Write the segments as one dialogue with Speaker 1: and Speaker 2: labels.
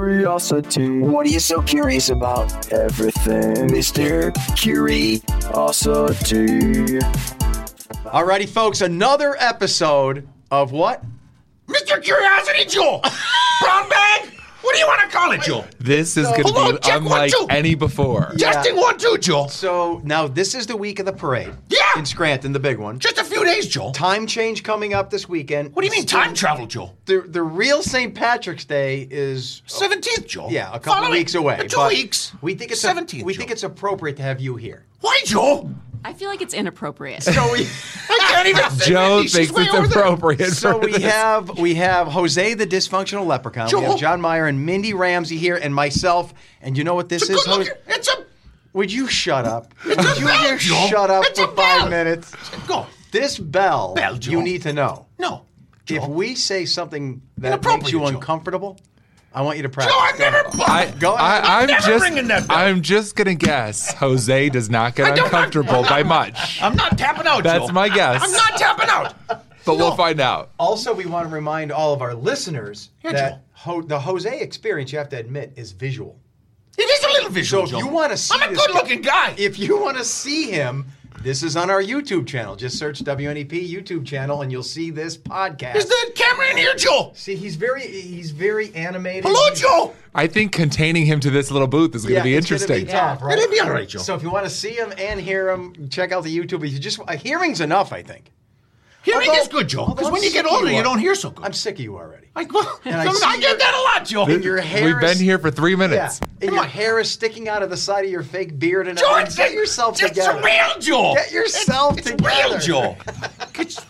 Speaker 1: Curiosity. What are you so curious about? Everything, Mr. Curiosity.
Speaker 2: Alrighty, folks, another episode of what?
Speaker 3: Mr. Curiosity Jewel! Brown bag? What do you want to call it, Jewel?
Speaker 4: This is going to
Speaker 3: Hold on,
Speaker 4: be
Speaker 3: check one,
Speaker 4: unlike
Speaker 3: two.
Speaker 4: any before.
Speaker 3: Testing one, two, Jewel.
Speaker 2: So now this is the week of the parade.
Speaker 3: Yeah.
Speaker 2: In Scranton, the big one.
Speaker 3: Just a few days, Jewel.
Speaker 2: Time change coming up this weekend.
Speaker 3: What do you mean time travel, Jewel?
Speaker 2: The, the real St. Patrick's Day is
Speaker 3: 17th, Jewel.
Speaker 2: yeah, a couple
Speaker 3: Following-
Speaker 2: weeks away.
Speaker 3: Two
Speaker 2: but
Speaker 3: weeks.
Speaker 2: We think it's a-
Speaker 3: 17th.
Speaker 2: we think it's appropriate to have you here.
Speaker 3: Why, Jewel?
Speaker 5: I feel like it's inappropriate.
Speaker 2: So we
Speaker 3: I can't even say
Speaker 4: Joe
Speaker 3: Mindy. She's
Speaker 4: thinks
Speaker 3: way
Speaker 4: it's
Speaker 3: over there.
Speaker 4: appropriate.
Speaker 2: So
Speaker 4: for
Speaker 2: we
Speaker 4: this.
Speaker 2: have we have Jose the dysfunctional leprechaun. We
Speaker 3: Joel.
Speaker 2: have John Meyer and Mindy Ramsey here, and myself. And you know what this
Speaker 3: It's a
Speaker 2: is?
Speaker 3: good
Speaker 2: Jose?
Speaker 3: looking. It's a.
Speaker 2: Would you shut up? Would
Speaker 3: a
Speaker 2: you
Speaker 3: bell,
Speaker 2: just
Speaker 3: Joel.
Speaker 2: shut up
Speaker 3: It's
Speaker 2: for
Speaker 3: a
Speaker 2: five
Speaker 3: bell.
Speaker 2: minutes?
Speaker 3: Go.
Speaker 2: This bell,
Speaker 3: Bell,
Speaker 2: you
Speaker 3: Joel.
Speaker 2: need to know.
Speaker 3: No.
Speaker 2: If
Speaker 3: Joel.
Speaker 2: we say something that makes
Speaker 3: Inappropriate,
Speaker 2: you
Speaker 3: Joel.
Speaker 2: uncomfortable, I want you to
Speaker 3: Joe,
Speaker 2: practice.
Speaker 3: I've
Speaker 2: Go.
Speaker 3: never.
Speaker 4: Uh, I,
Speaker 2: Go ahead.
Speaker 4: I, am
Speaker 3: Never ringing that
Speaker 4: just,
Speaker 3: bell.
Speaker 4: I'm just gonna guess. Jose does not get
Speaker 3: I don't-
Speaker 4: uncomfortable by much,
Speaker 3: I'm not tapping out,
Speaker 4: That's
Speaker 3: Joel.
Speaker 4: my guess.
Speaker 3: I'm not tapping out.
Speaker 4: but
Speaker 3: No.
Speaker 4: we'll find out.
Speaker 2: Also, we want to remind all of our listeners
Speaker 3: Yeah,
Speaker 2: that
Speaker 3: Joel.
Speaker 2: ho- the Jose experience, you have to admit, is visual.
Speaker 3: It is a little
Speaker 2: So
Speaker 3: visual,
Speaker 2: if
Speaker 3: Joel.
Speaker 2: you want to see
Speaker 3: I'm a
Speaker 2: this
Speaker 3: good-looking guy.
Speaker 2: If you want to see him, this is on our YouTube channel. Just search WNEP YouTube channel and you'll see this podcast.
Speaker 3: Is the camera in here, Joel?
Speaker 2: see, he's very he's very animated.
Speaker 3: Hello, Joel.
Speaker 4: I think containing him to this little booth is gonna
Speaker 2: Yeah,
Speaker 4: be
Speaker 2: it's gonna
Speaker 4: interesting.
Speaker 2: tough, right?
Speaker 3: It'll be all right, Joel.
Speaker 2: So if you want to see him and hear him, check out the YouTube. If you just a hearing's enough, I think.
Speaker 3: Hearing
Speaker 2: Although-
Speaker 3: is good, Joe.
Speaker 2: although
Speaker 3: Because
Speaker 2: I'm
Speaker 3: when you
Speaker 2: sick
Speaker 3: get
Speaker 2: of
Speaker 3: older, you
Speaker 2: are-
Speaker 3: don't hear so good.
Speaker 2: I'm sick of you already.
Speaker 3: like, well,
Speaker 2: And I
Speaker 3: I,
Speaker 2: see your-
Speaker 3: get that a lot, Joe.
Speaker 2: your hair
Speaker 4: We've been
Speaker 2: is-
Speaker 4: here for three
Speaker 2: Yeah,
Speaker 4: minutes.
Speaker 2: and
Speaker 3: Come
Speaker 2: your
Speaker 3: on.
Speaker 2: hair is sticking out of the side of your fake beard and
Speaker 3: Joe,
Speaker 2: everything.
Speaker 3: it's
Speaker 2: get yourself
Speaker 3: it's
Speaker 2: together.
Speaker 3: real, Joe.
Speaker 2: Get yourself
Speaker 3: it's,
Speaker 2: together.
Speaker 3: It's real, Joe. it's,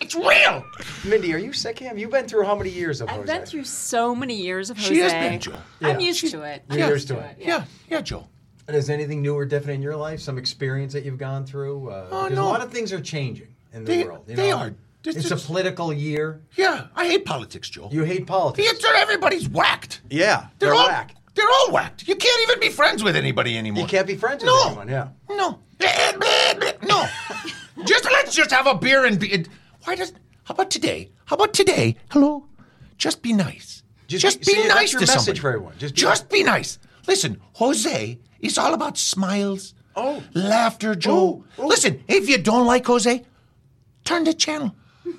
Speaker 3: it's real.
Speaker 2: Mindy, are you sick, Ham? You've been through how many years of
Speaker 5: I've
Speaker 2: Jose?
Speaker 5: been through so many years of Jose.
Speaker 3: She has been, Joe.
Speaker 5: I'm
Speaker 2: Yeah.
Speaker 5: used
Speaker 3: She's-
Speaker 5: to it.
Speaker 2: You're
Speaker 5: I'm
Speaker 2: used to it.
Speaker 3: Yeah, yeah, Joe.
Speaker 2: Is anything new or different in your life? Some experience that you've gone through? Uh,
Speaker 3: Oh,
Speaker 2: because
Speaker 3: no.
Speaker 2: A lot of things are changing in the
Speaker 3: They-
Speaker 2: world. You
Speaker 3: they
Speaker 2: know?
Speaker 3: are. This
Speaker 2: It's, a
Speaker 3: is-
Speaker 2: political year.
Speaker 3: Yeah, I hate politics, Joe.
Speaker 2: You hate politics.
Speaker 3: It's, everybody's whacked.
Speaker 2: yeah,
Speaker 3: They're,
Speaker 2: they're
Speaker 3: all
Speaker 2: whack.
Speaker 3: They're all whacked. You can't even be friends with anybody anymore.
Speaker 2: You can't be friends with
Speaker 3: No.
Speaker 2: anyone. Yeah.
Speaker 3: No. Eh, bleh, bleh, No. just let's just have a beer and be. and- Why does? How about today? How about today? Hello. Just be nice.
Speaker 2: Just
Speaker 3: Just,
Speaker 2: be-
Speaker 3: be,
Speaker 2: see, that's
Speaker 3: nice
Speaker 2: your
Speaker 3: to
Speaker 2: message
Speaker 3: somebody.
Speaker 2: for everyone. Just be
Speaker 3: be nice. Listen, Jose is all about smiles.
Speaker 2: Oh.
Speaker 3: Laughter, Joe. Listen, if you don't like Jose, turn the channel.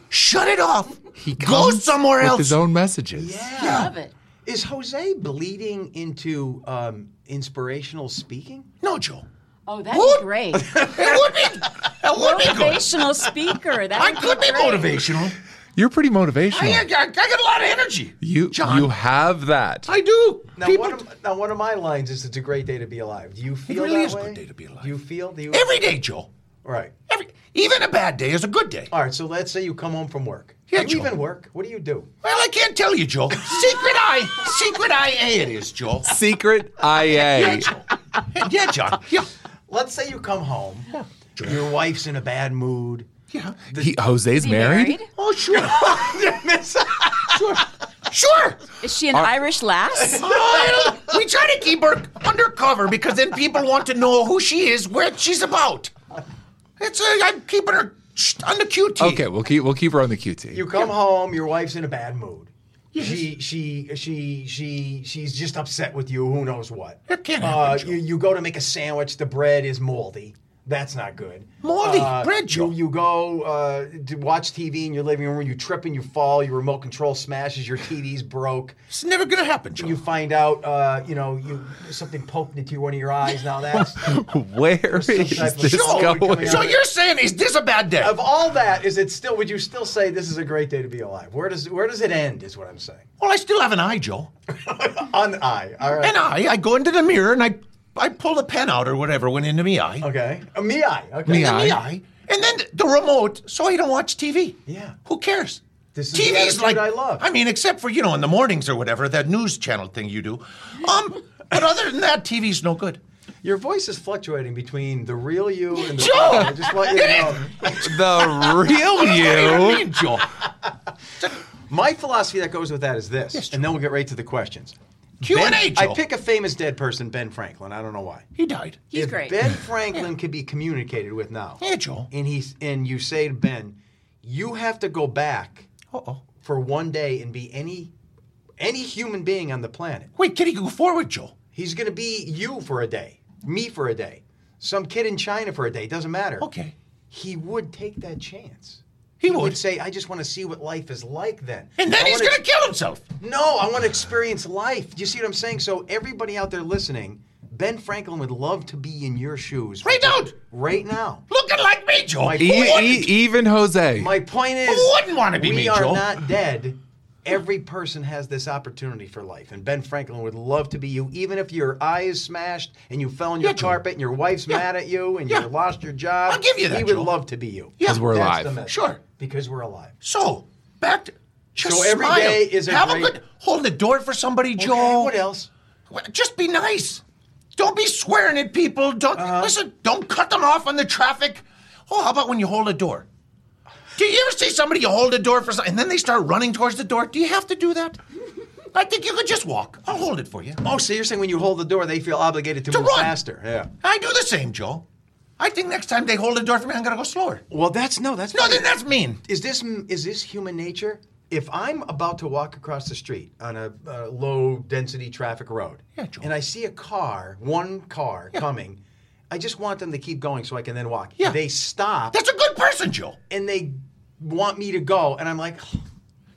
Speaker 3: Shut it off. He Go
Speaker 4: Comes
Speaker 3: somewhere
Speaker 4: with
Speaker 3: else.
Speaker 4: His own messages.
Speaker 5: I love it.
Speaker 2: Is Jose bleeding into um, inspirational speaking?
Speaker 3: No, Joe.
Speaker 5: Oh, that'd
Speaker 3: What?
Speaker 5: be
Speaker 3: It
Speaker 5: great.
Speaker 3: would be. It would be good.
Speaker 5: Motivational speaker. That
Speaker 3: I
Speaker 5: would
Speaker 3: could be
Speaker 5: great.
Speaker 3: motivational.
Speaker 4: You're pretty
Speaker 3: I, I, I
Speaker 4: motivational.
Speaker 3: got a lot of energy.
Speaker 4: You
Speaker 3: John,
Speaker 4: you have that.
Speaker 3: I do.
Speaker 2: Now,
Speaker 3: People-
Speaker 2: one of, now, one of my lines is it's a great day to be alive. Do you feel
Speaker 3: really
Speaker 2: that
Speaker 3: is a
Speaker 2: way?
Speaker 3: good day to be alive.
Speaker 2: Do you feel? Do you?
Speaker 3: every day, Joe.
Speaker 2: right.
Speaker 3: Every, even a bad day is a good day.
Speaker 2: All right, so let's say you come home from work.
Speaker 3: Yeah,
Speaker 2: do you
Speaker 3: Joe.
Speaker 2: even work? What do you do?
Speaker 3: Well, I can't tell you, Joe. Secret I, secret IA, it is, Joe.
Speaker 4: Secret IA.
Speaker 3: Yeah, John. Yeah,
Speaker 2: Let's say you come home. Your wife's in a bad mood.
Speaker 3: yeah.
Speaker 4: He, Jose's
Speaker 5: Is he married?
Speaker 3: Oh, sure,
Speaker 2: Miss-
Speaker 3: sure.
Speaker 5: Is she an Irish lass?
Speaker 3: Well, we try to keep her undercover because then people want to know who she is, what she's about. It's uh, I'm keeping her sh- under QT.
Speaker 4: Okay, we'll keep we'll keep her on the QT.
Speaker 2: You come home, your wife's in a bad mood. She she she she she's just upset with you. Who knows what?
Speaker 3: That can't
Speaker 2: Uh,
Speaker 3: happen, Joe.
Speaker 2: you, you go to make a sandwich. The bread is moldy. That's not good.
Speaker 3: Moldy?
Speaker 2: Uh,
Speaker 3: Bread, Joe.
Speaker 2: You, you go uh, to watch TV in your living room. You trip and you fall. Your remote control smashes. Your TV's broke.
Speaker 3: It's never gonna happen, Joe.
Speaker 2: You find out, uh, you know, you something poked into one of your eyes. Now that's
Speaker 4: Where is
Speaker 2: type of
Speaker 4: this
Speaker 2: show
Speaker 4: going?
Speaker 2: coming
Speaker 3: so you're saying is this a bad day?
Speaker 2: of all that. Is it still? Would you still say this is a great day to be alive? Where does where does it end? Is what I'm saying.
Speaker 3: Well, I still have an eye, Joe. Uh,
Speaker 2: On the eye. All right.
Speaker 3: An eye. I go into the mirror and I I pull the pen out or whatever went into me eye.
Speaker 2: Okay. A me eye. Okay.
Speaker 4: Me
Speaker 3: The
Speaker 4: eye.
Speaker 3: me eye. And then the remote, so I don't watch TV.
Speaker 2: Yeah.
Speaker 3: Who cares?
Speaker 2: This is the
Speaker 3: TV's
Speaker 2: attitude
Speaker 3: like
Speaker 2: I love.
Speaker 3: I mean, except for you know in the mornings or whatever that news channel thing you do. Um, but other than that, TV's no good.
Speaker 2: Your voice is fluctuating between the real you and the
Speaker 3: Joe!
Speaker 2: I just want you to know.
Speaker 4: The
Speaker 3: What do
Speaker 4: real
Speaker 3: you
Speaker 4: you.
Speaker 3: mean, Joe?
Speaker 2: My philosophy that goes with that is this, and then we'll get right to the questions.
Speaker 3: Q and A,
Speaker 2: Ben-
Speaker 3: Joe.
Speaker 2: I pick a famous dead person, Ben Franklin. I don't know why.
Speaker 3: He died.
Speaker 5: He's
Speaker 2: if
Speaker 5: great.
Speaker 2: Ben Franklin could be communicated with now,
Speaker 3: Yeah, Joe.
Speaker 2: and he's and you say to Ben, you have to go back
Speaker 3: Uh oh.
Speaker 2: for one day and be any any human being on the planet.
Speaker 3: Wait, Kitty, go forward, Joe.
Speaker 2: He's going to be you for a day, me for a day, some kid in China for a day. Doesn't matter.
Speaker 3: Okay.
Speaker 2: He would take that chance.
Speaker 3: He
Speaker 2: would
Speaker 3: would.
Speaker 2: say, "I just want to see what life is like." Then,
Speaker 3: And then
Speaker 2: I
Speaker 3: he's
Speaker 2: wanna-
Speaker 3: gonna kill himself.
Speaker 2: No, I want to experience life. Do you see what I'm saying? So everybody out there listening, Ben Franklin would love to be in your shoes
Speaker 3: Right now.
Speaker 2: Right now.
Speaker 3: Looking like me, Joe.
Speaker 2: My
Speaker 3: Who
Speaker 4: E-
Speaker 2: point-
Speaker 4: e- even Jose.
Speaker 2: My point is,
Speaker 3: Who wouldn't wanna be
Speaker 2: we
Speaker 3: me,
Speaker 2: are
Speaker 3: Joel?
Speaker 2: not dead. Every person has this opportunity for life, and Ben Franklin would love to be you, even if your eye is smashed and you fell on your
Speaker 3: Yeah, Joel.
Speaker 2: carpet and your wife's
Speaker 3: Yeah.
Speaker 2: mad at you and
Speaker 3: Yeah.
Speaker 2: you lost your job.
Speaker 3: I'll give you that,
Speaker 2: He would
Speaker 3: Joel.
Speaker 2: love to be you.
Speaker 3: Yeah.
Speaker 4: 'Cause we're
Speaker 2: That's
Speaker 4: alive.
Speaker 2: the message.
Speaker 3: Sure.
Speaker 2: because we're alive.
Speaker 3: So back to just
Speaker 2: So every
Speaker 3: smile.
Speaker 2: day is a
Speaker 3: have
Speaker 2: great-
Speaker 3: a good hold the door for somebody,
Speaker 2: Okay,
Speaker 3: Joe.
Speaker 2: what else?
Speaker 3: What- Just be nice. Don't be swearing at people. Don't
Speaker 2: Uh-huh.
Speaker 3: listen. Don't cut them off on the traffic. Oh, how about when you hold a door? Do you ever see somebody you hold a door for something and then they start running towards the door? Do you have to do that? I think you could just walk. I'll hold it for you.
Speaker 2: Oh, so you're saying when you hold the door, they feel obligated to,
Speaker 3: To
Speaker 2: move
Speaker 3: run.
Speaker 2: faster? Yeah.
Speaker 3: I do the same, Joe. I think next time they hold a door for me, I'm gonna go slower.
Speaker 2: Well, that's no, that's
Speaker 3: No,
Speaker 2: not-
Speaker 3: then that's mean.
Speaker 2: is this is this human nature? If I'm about to walk across the street on a, uh low density traffic road,
Speaker 3: Yeah, Joel.
Speaker 2: and I see a car, one car coming, I just want them to keep going so I can then walk.
Speaker 3: Yeah.
Speaker 2: They stop
Speaker 3: That's a good person, Joe.
Speaker 2: and they want me to go, and I'm like,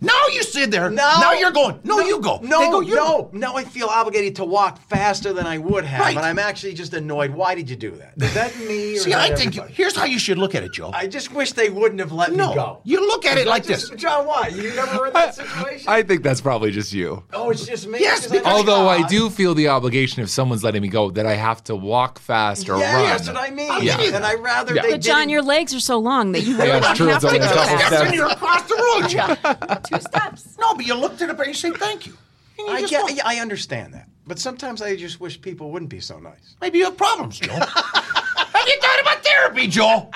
Speaker 3: Now you sit there.
Speaker 2: no.
Speaker 3: Now you're going. No, you go.
Speaker 2: No,
Speaker 3: They go, you
Speaker 2: no. Now I feel obligated to walk faster than I would have,
Speaker 3: Right.
Speaker 2: and I'm actually just annoyed. Why did you do that? Is that me? Or
Speaker 3: See,
Speaker 2: is that
Speaker 3: I think you,
Speaker 2: everybody?
Speaker 3: here's how you should look at it, Joe.
Speaker 2: I just wish they wouldn't have let me go.
Speaker 3: no, you look at it like this.
Speaker 2: Just- John, why? You never were in that situation?
Speaker 4: I think that's probably just you.
Speaker 2: oh, it's just me.
Speaker 3: Yes,
Speaker 2: 'Cause I'm
Speaker 3: because-
Speaker 2: like,
Speaker 4: Although I
Speaker 2: "Ah,
Speaker 4: do feel the obligation if someone's letting me go that I have to walk fast or
Speaker 2: Yeah,
Speaker 4: run.
Speaker 2: that's what I mean.
Speaker 3: I'll give you
Speaker 2: And I
Speaker 3: that.
Speaker 2: rather
Speaker 4: Yeah.
Speaker 2: they
Speaker 5: But John,
Speaker 2: didn't-
Speaker 5: your legs are so long that you really
Speaker 4: it's
Speaker 5: don't
Speaker 4: true,
Speaker 5: have
Speaker 4: it's
Speaker 5: to
Speaker 4: only
Speaker 5: go
Speaker 4: a couple
Speaker 5: fast.
Speaker 4: steps.
Speaker 3: That's when you're across the road, Joe.
Speaker 5: Two steps.
Speaker 3: No, but you look at it and you say thank you. And you
Speaker 2: I
Speaker 3: just
Speaker 2: get,
Speaker 3: walk.
Speaker 2: yeah, I understand that, but sometimes I just wish people wouldn't be so nice.
Speaker 3: Maybe you have problems, Joe. have you thought about therapy, Joe?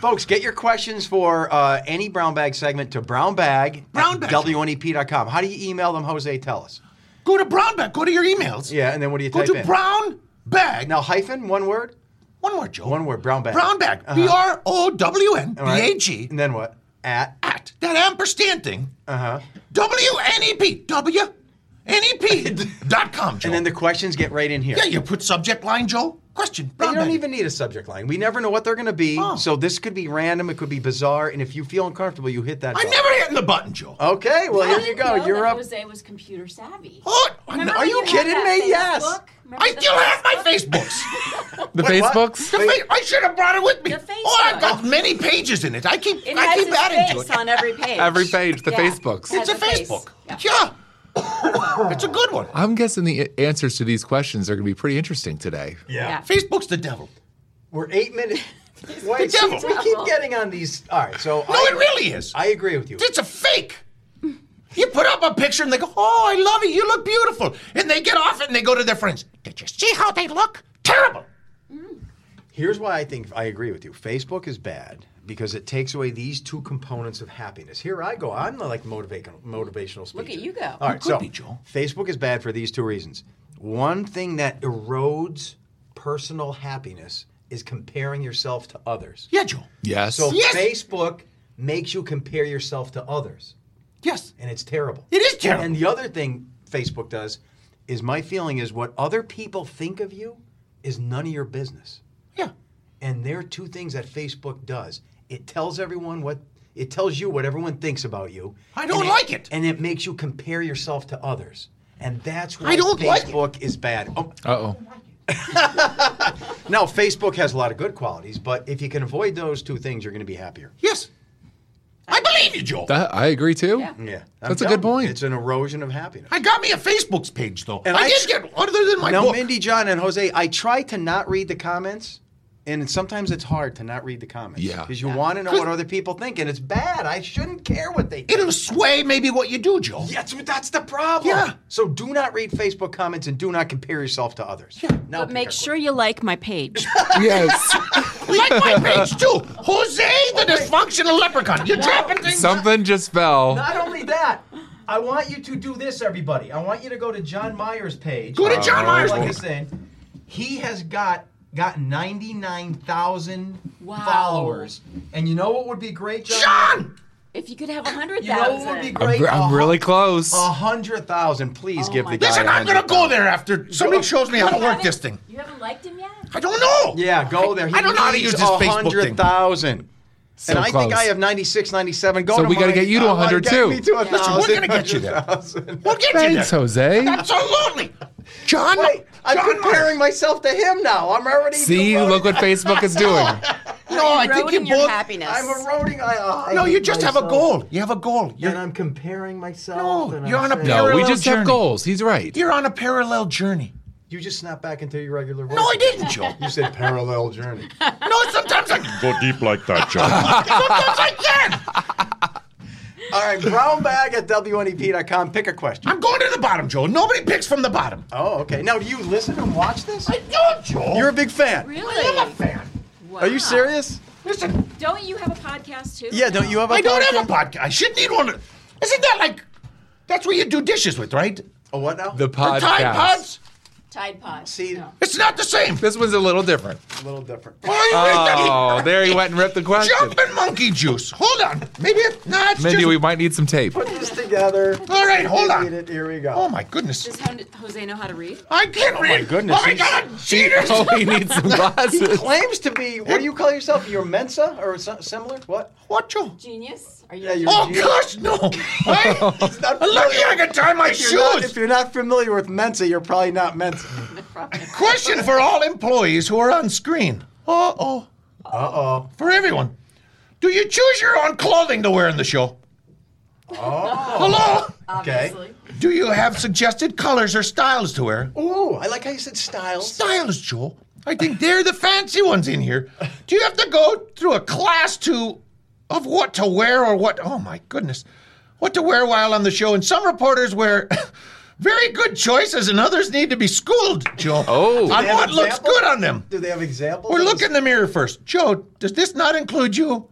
Speaker 2: Folks, get your questions for uh, any brown bag segment to brownbag
Speaker 3: Brown bag.
Speaker 2: E wnep.com. How do you email them, Jose? Tell us.
Speaker 3: Go to brown bag. Go to your emails.
Speaker 2: Yeah, and then what do you
Speaker 3: Go
Speaker 2: type
Speaker 3: to
Speaker 2: in?
Speaker 3: brown bag.
Speaker 2: now hyphen one word.
Speaker 3: one word, Joe.
Speaker 2: One word, brown bag.
Speaker 3: Brown bag. B R O W N B
Speaker 2: All right.
Speaker 3: A G.
Speaker 2: And then what? At
Speaker 3: At that ampersand thing. Uh
Speaker 2: Uh-huh.
Speaker 3: huh. W N E P W N E P dot com, Joe.
Speaker 2: and then the questions get right in here.
Speaker 3: yeah, you put subject line, Joe. Question.
Speaker 2: But
Speaker 3: Brown
Speaker 2: you don't
Speaker 3: bag.
Speaker 2: even need a subject line. We never know what they're going to be.
Speaker 3: Oh.
Speaker 2: So this could be random. It could be bizarre. And if you feel uncomfortable, you hit that.
Speaker 3: I'm
Speaker 2: button.
Speaker 3: never hitting the button, Joe. Oh,
Speaker 2: Okay. Well,
Speaker 5: I
Speaker 2: here you
Speaker 5: didn't
Speaker 2: go.
Speaker 5: know
Speaker 2: You're
Speaker 5: that
Speaker 2: up.
Speaker 5: Jose was computer savvy.
Speaker 3: What?
Speaker 5: Remember
Speaker 2: Are
Speaker 5: when
Speaker 2: you
Speaker 5: had
Speaker 2: kidding
Speaker 5: that
Speaker 2: me? Yes.
Speaker 5: Facebook? Remember
Speaker 3: I
Speaker 5: the
Speaker 3: still have my
Speaker 5: Facebook?
Speaker 3: Facebooks.
Speaker 4: The
Speaker 2: Wait, what?
Speaker 4: Facebooks?
Speaker 3: The fa- I should have brought it with me.
Speaker 5: The Facebook.
Speaker 3: Oh, I've got many pages in it. I keep
Speaker 5: It
Speaker 3: I
Speaker 5: has
Speaker 3: keep
Speaker 5: his
Speaker 3: adding to
Speaker 5: face
Speaker 3: it.
Speaker 5: on every page.
Speaker 4: Every page, the
Speaker 5: Yeah.
Speaker 4: Facebooks.
Speaker 5: It
Speaker 3: It's
Speaker 5: has
Speaker 3: a
Speaker 5: face.
Speaker 3: Facebook.
Speaker 5: Yeah.
Speaker 3: Yeah. it's a good one.
Speaker 4: I'm guessing the a- answers to these questions are going to be pretty interesting today.
Speaker 5: Yeah.
Speaker 3: Facebook's the devil.
Speaker 2: We're eight minutes. Wait,
Speaker 3: The devil.
Speaker 2: since we keep getting on these. All right, so
Speaker 3: No,
Speaker 2: I,
Speaker 3: it really is.
Speaker 2: I agree with you.
Speaker 3: It's a fake. You put up a picture and they go, "Oh, I love it. You look beautiful." And they get off it and they go to their friends. Did you see how they look? Terrible.
Speaker 2: Here's why I think I agree with you. Facebook is bad because it takes away these two components of happiness. Here I go. I'm the, like motivational motivational speaker.
Speaker 5: Look at you go.
Speaker 2: All right,
Speaker 3: could
Speaker 2: so
Speaker 3: be, Joel.
Speaker 2: Facebook is bad for these two reasons. One thing that erodes personal happiness is comparing yourself to others.
Speaker 3: Yeah, Joe.
Speaker 4: Yes.
Speaker 2: So
Speaker 3: Yes.
Speaker 2: Facebook makes you compare yourself to others.
Speaker 3: Yes.
Speaker 2: and it's terrible.
Speaker 3: It is terrible.
Speaker 2: And the other thing Facebook does is my feeling is what other people think of you is none of your business.
Speaker 3: Yeah.
Speaker 2: And there are two things that Facebook does. It tells everyone what it tells you what everyone thinks about you.
Speaker 3: I don't
Speaker 2: and
Speaker 3: like it.
Speaker 2: And it makes you compare yourself to others. And that's why
Speaker 3: I don't like it.
Speaker 2: Facebook is bad. Oh,
Speaker 4: Uh oh.
Speaker 2: now Facebook has a lot of good qualities, but if you can avoid those two things, you're going to be happier.
Speaker 3: Yes. I believe you, Joe.
Speaker 4: That I agree too.
Speaker 5: Yeah.
Speaker 2: Yeah,
Speaker 4: That's a
Speaker 2: telling
Speaker 4: good
Speaker 2: you,
Speaker 4: point.
Speaker 2: It's an erosion of happiness.
Speaker 3: I got me a Facebook's page though.
Speaker 2: And
Speaker 3: I,
Speaker 2: I-
Speaker 3: did get other than my
Speaker 2: now,
Speaker 3: book.
Speaker 2: Mindy, John, and Jose, I try to not read the comments, and sometimes it's hard to not read the comments.
Speaker 4: Yeah.
Speaker 2: Because you want to know what other people think, and it's bad. I shouldn't care what they think.
Speaker 3: It'll sway maybe what you do, Joe.
Speaker 2: That's, that's the problem.
Speaker 3: Yeah.
Speaker 2: So do not read Facebook comments and do not compare yourself to others. Yeah.
Speaker 5: But make sure you like my page.
Speaker 4: Yes.
Speaker 3: Like my page too. Jose the dysfunctional leprechaun. You're dropping things.
Speaker 4: Something just fell.
Speaker 2: Not only that, I want you to do this, everybody. I want you to go to John Meyer's page.
Speaker 3: Go to John Myers.
Speaker 2: Like I said, he has got got 99,000
Speaker 5: Wow.
Speaker 2: followers. And you know what would be great, John?
Speaker 3: John!
Speaker 5: If you could have a hundred
Speaker 2: You know what would be
Speaker 5: thousand.
Speaker 4: I'm,
Speaker 2: great? Uh-huh.
Speaker 4: re- I'm
Speaker 2: A
Speaker 4: really
Speaker 2: hun-
Speaker 4: close.
Speaker 2: A hundred thousand. Please
Speaker 5: Oh
Speaker 2: give
Speaker 5: my
Speaker 2: the guy.
Speaker 5: God.
Speaker 3: Listen,
Speaker 2: a
Speaker 3: I'm gonna
Speaker 2: hundred
Speaker 3: go
Speaker 2: thousand.
Speaker 3: there after somebody shows me how to
Speaker 5: You
Speaker 3: work
Speaker 5: haven't-
Speaker 3: this thing.
Speaker 5: You haven't liked him yet?
Speaker 3: I don't know.
Speaker 2: Yeah, go there. He
Speaker 3: I don't know how to
Speaker 2: needs
Speaker 3: use this Facebook thing.
Speaker 2: 100,000.
Speaker 4: So
Speaker 2: and I think
Speaker 4: close.
Speaker 2: I have 96, 97. Go
Speaker 4: So
Speaker 2: to
Speaker 4: we gotta
Speaker 2: mine.
Speaker 4: get you to
Speaker 2: I wanna
Speaker 4: 100
Speaker 2: get
Speaker 4: too.
Speaker 2: me to 1,000.
Speaker 3: We're gonna get you there. We'll get you there.
Speaker 4: Thanks, Jose.
Speaker 3: Absolutely, John.
Speaker 2: Wait, I'm
Speaker 3: John
Speaker 2: comparing
Speaker 3: Myers.
Speaker 2: myself to him now. I'm already.
Speaker 4: See,
Speaker 2: eroding-
Speaker 4: look what Facebook is doing.
Speaker 3: No, I think you
Speaker 5: Eroding your
Speaker 3: both.
Speaker 5: happiness.
Speaker 2: I'm eroding. I, oh, I
Speaker 3: No, you
Speaker 2: hate
Speaker 3: just have a
Speaker 2: myself.
Speaker 3: goal. You have a goal. You're
Speaker 2: And I'm comparing myself.
Speaker 3: No,
Speaker 2: and
Speaker 3: you're
Speaker 2: I'm
Speaker 3: on a
Speaker 2: saying-
Speaker 3: par-
Speaker 4: No, we
Speaker 3: Parallel
Speaker 4: just have
Speaker 3: journey.
Speaker 4: goals. He's right.
Speaker 3: you're on a parallel journey.
Speaker 2: You just snap back into your regular work.
Speaker 3: No, I didn't, Joe.
Speaker 2: You said parallel journey.
Speaker 3: No, sometimes I
Speaker 6: Go deep like that, John.
Speaker 3: sometimes I can.
Speaker 2: All right, brown bag at E WNEP.com. Pick a question.
Speaker 3: I'm going to the bottom, Joe. Nobody picks from the bottom.
Speaker 2: Oh, okay. Now, do you listen and watch this?
Speaker 3: I don't, Joe.
Speaker 2: You're a big fan.
Speaker 5: Really?
Speaker 3: I'm a fan.
Speaker 2: Are you
Speaker 5: Wow.
Speaker 2: serious?
Speaker 3: Listen,
Speaker 5: Don't you have a podcast too?
Speaker 2: Yeah, don't you have a
Speaker 3: I don't
Speaker 2: podcast?
Speaker 3: have a podcast. I should need one. Isn't that like? That's what you do dishes with, right?
Speaker 2: A Oh, what now?
Speaker 4: The
Speaker 3: Or Tide
Speaker 4: podcast.
Speaker 3: pods.
Speaker 5: Tide Pod.
Speaker 2: See-
Speaker 5: No.
Speaker 3: It's not the same.
Speaker 4: This one's a little different.
Speaker 2: a little different.
Speaker 4: Oh, there he went and ripped the question.
Speaker 3: Jumping monkey juice. Hold on. Maybe it, no, it's
Speaker 4: Mindy,
Speaker 3: just.
Speaker 4: we might need some tape.
Speaker 2: Put this together.
Speaker 3: All right, hold on.
Speaker 2: Eat it. Here we go.
Speaker 3: oh my goodness.
Speaker 5: Does Hon- Jose know how to read?
Speaker 3: I can't read.
Speaker 2: goodness,
Speaker 3: Oh my
Speaker 2: he's-
Speaker 3: God. Cheaters.
Speaker 4: Oh, he needs some
Speaker 2: He
Speaker 4: glasses.
Speaker 2: claims to be. What do you call yourself? You're Mensa or so, similar? What?
Speaker 3: What Joe?
Speaker 5: Genius? Are you?
Speaker 2: Yeah, you're
Speaker 3: Oh
Speaker 2: Genius.
Speaker 3: gosh, no. I,
Speaker 2: Not
Speaker 3: lucky I
Speaker 2: familiar-
Speaker 3: can tie my
Speaker 2: if you're not-
Speaker 3: shoes.
Speaker 2: if you're not familiar with Mensa, you're probably not Mensa.
Speaker 3: Question for all employees who are on screen. Uh oh.
Speaker 2: Uh oh.
Speaker 3: For everyone. Do you choose your own clothing to wear in the show? Oh. Hello?
Speaker 2: Okay.
Speaker 5: Obviously.
Speaker 3: Do you have suggested colors or styles to wear? Oh,
Speaker 2: Ooh, I like how you said styles.
Speaker 3: Styles, Joe. I think they're the fancy ones in here. Do you have to go through a class to of what to wear or what? Oh my goodness, what to wear while on the show? And some reporters wear very good choices, and others need to be schooled, Joe.
Speaker 4: Oh.
Speaker 3: on
Speaker 4: Do
Speaker 2: they have
Speaker 3: what looks
Speaker 2: examples?
Speaker 3: good on them.
Speaker 2: Do they have examples?
Speaker 3: Or
Speaker 2: of
Speaker 3: look
Speaker 2: this?
Speaker 3: in the mirror first, Joe. Does this not include you?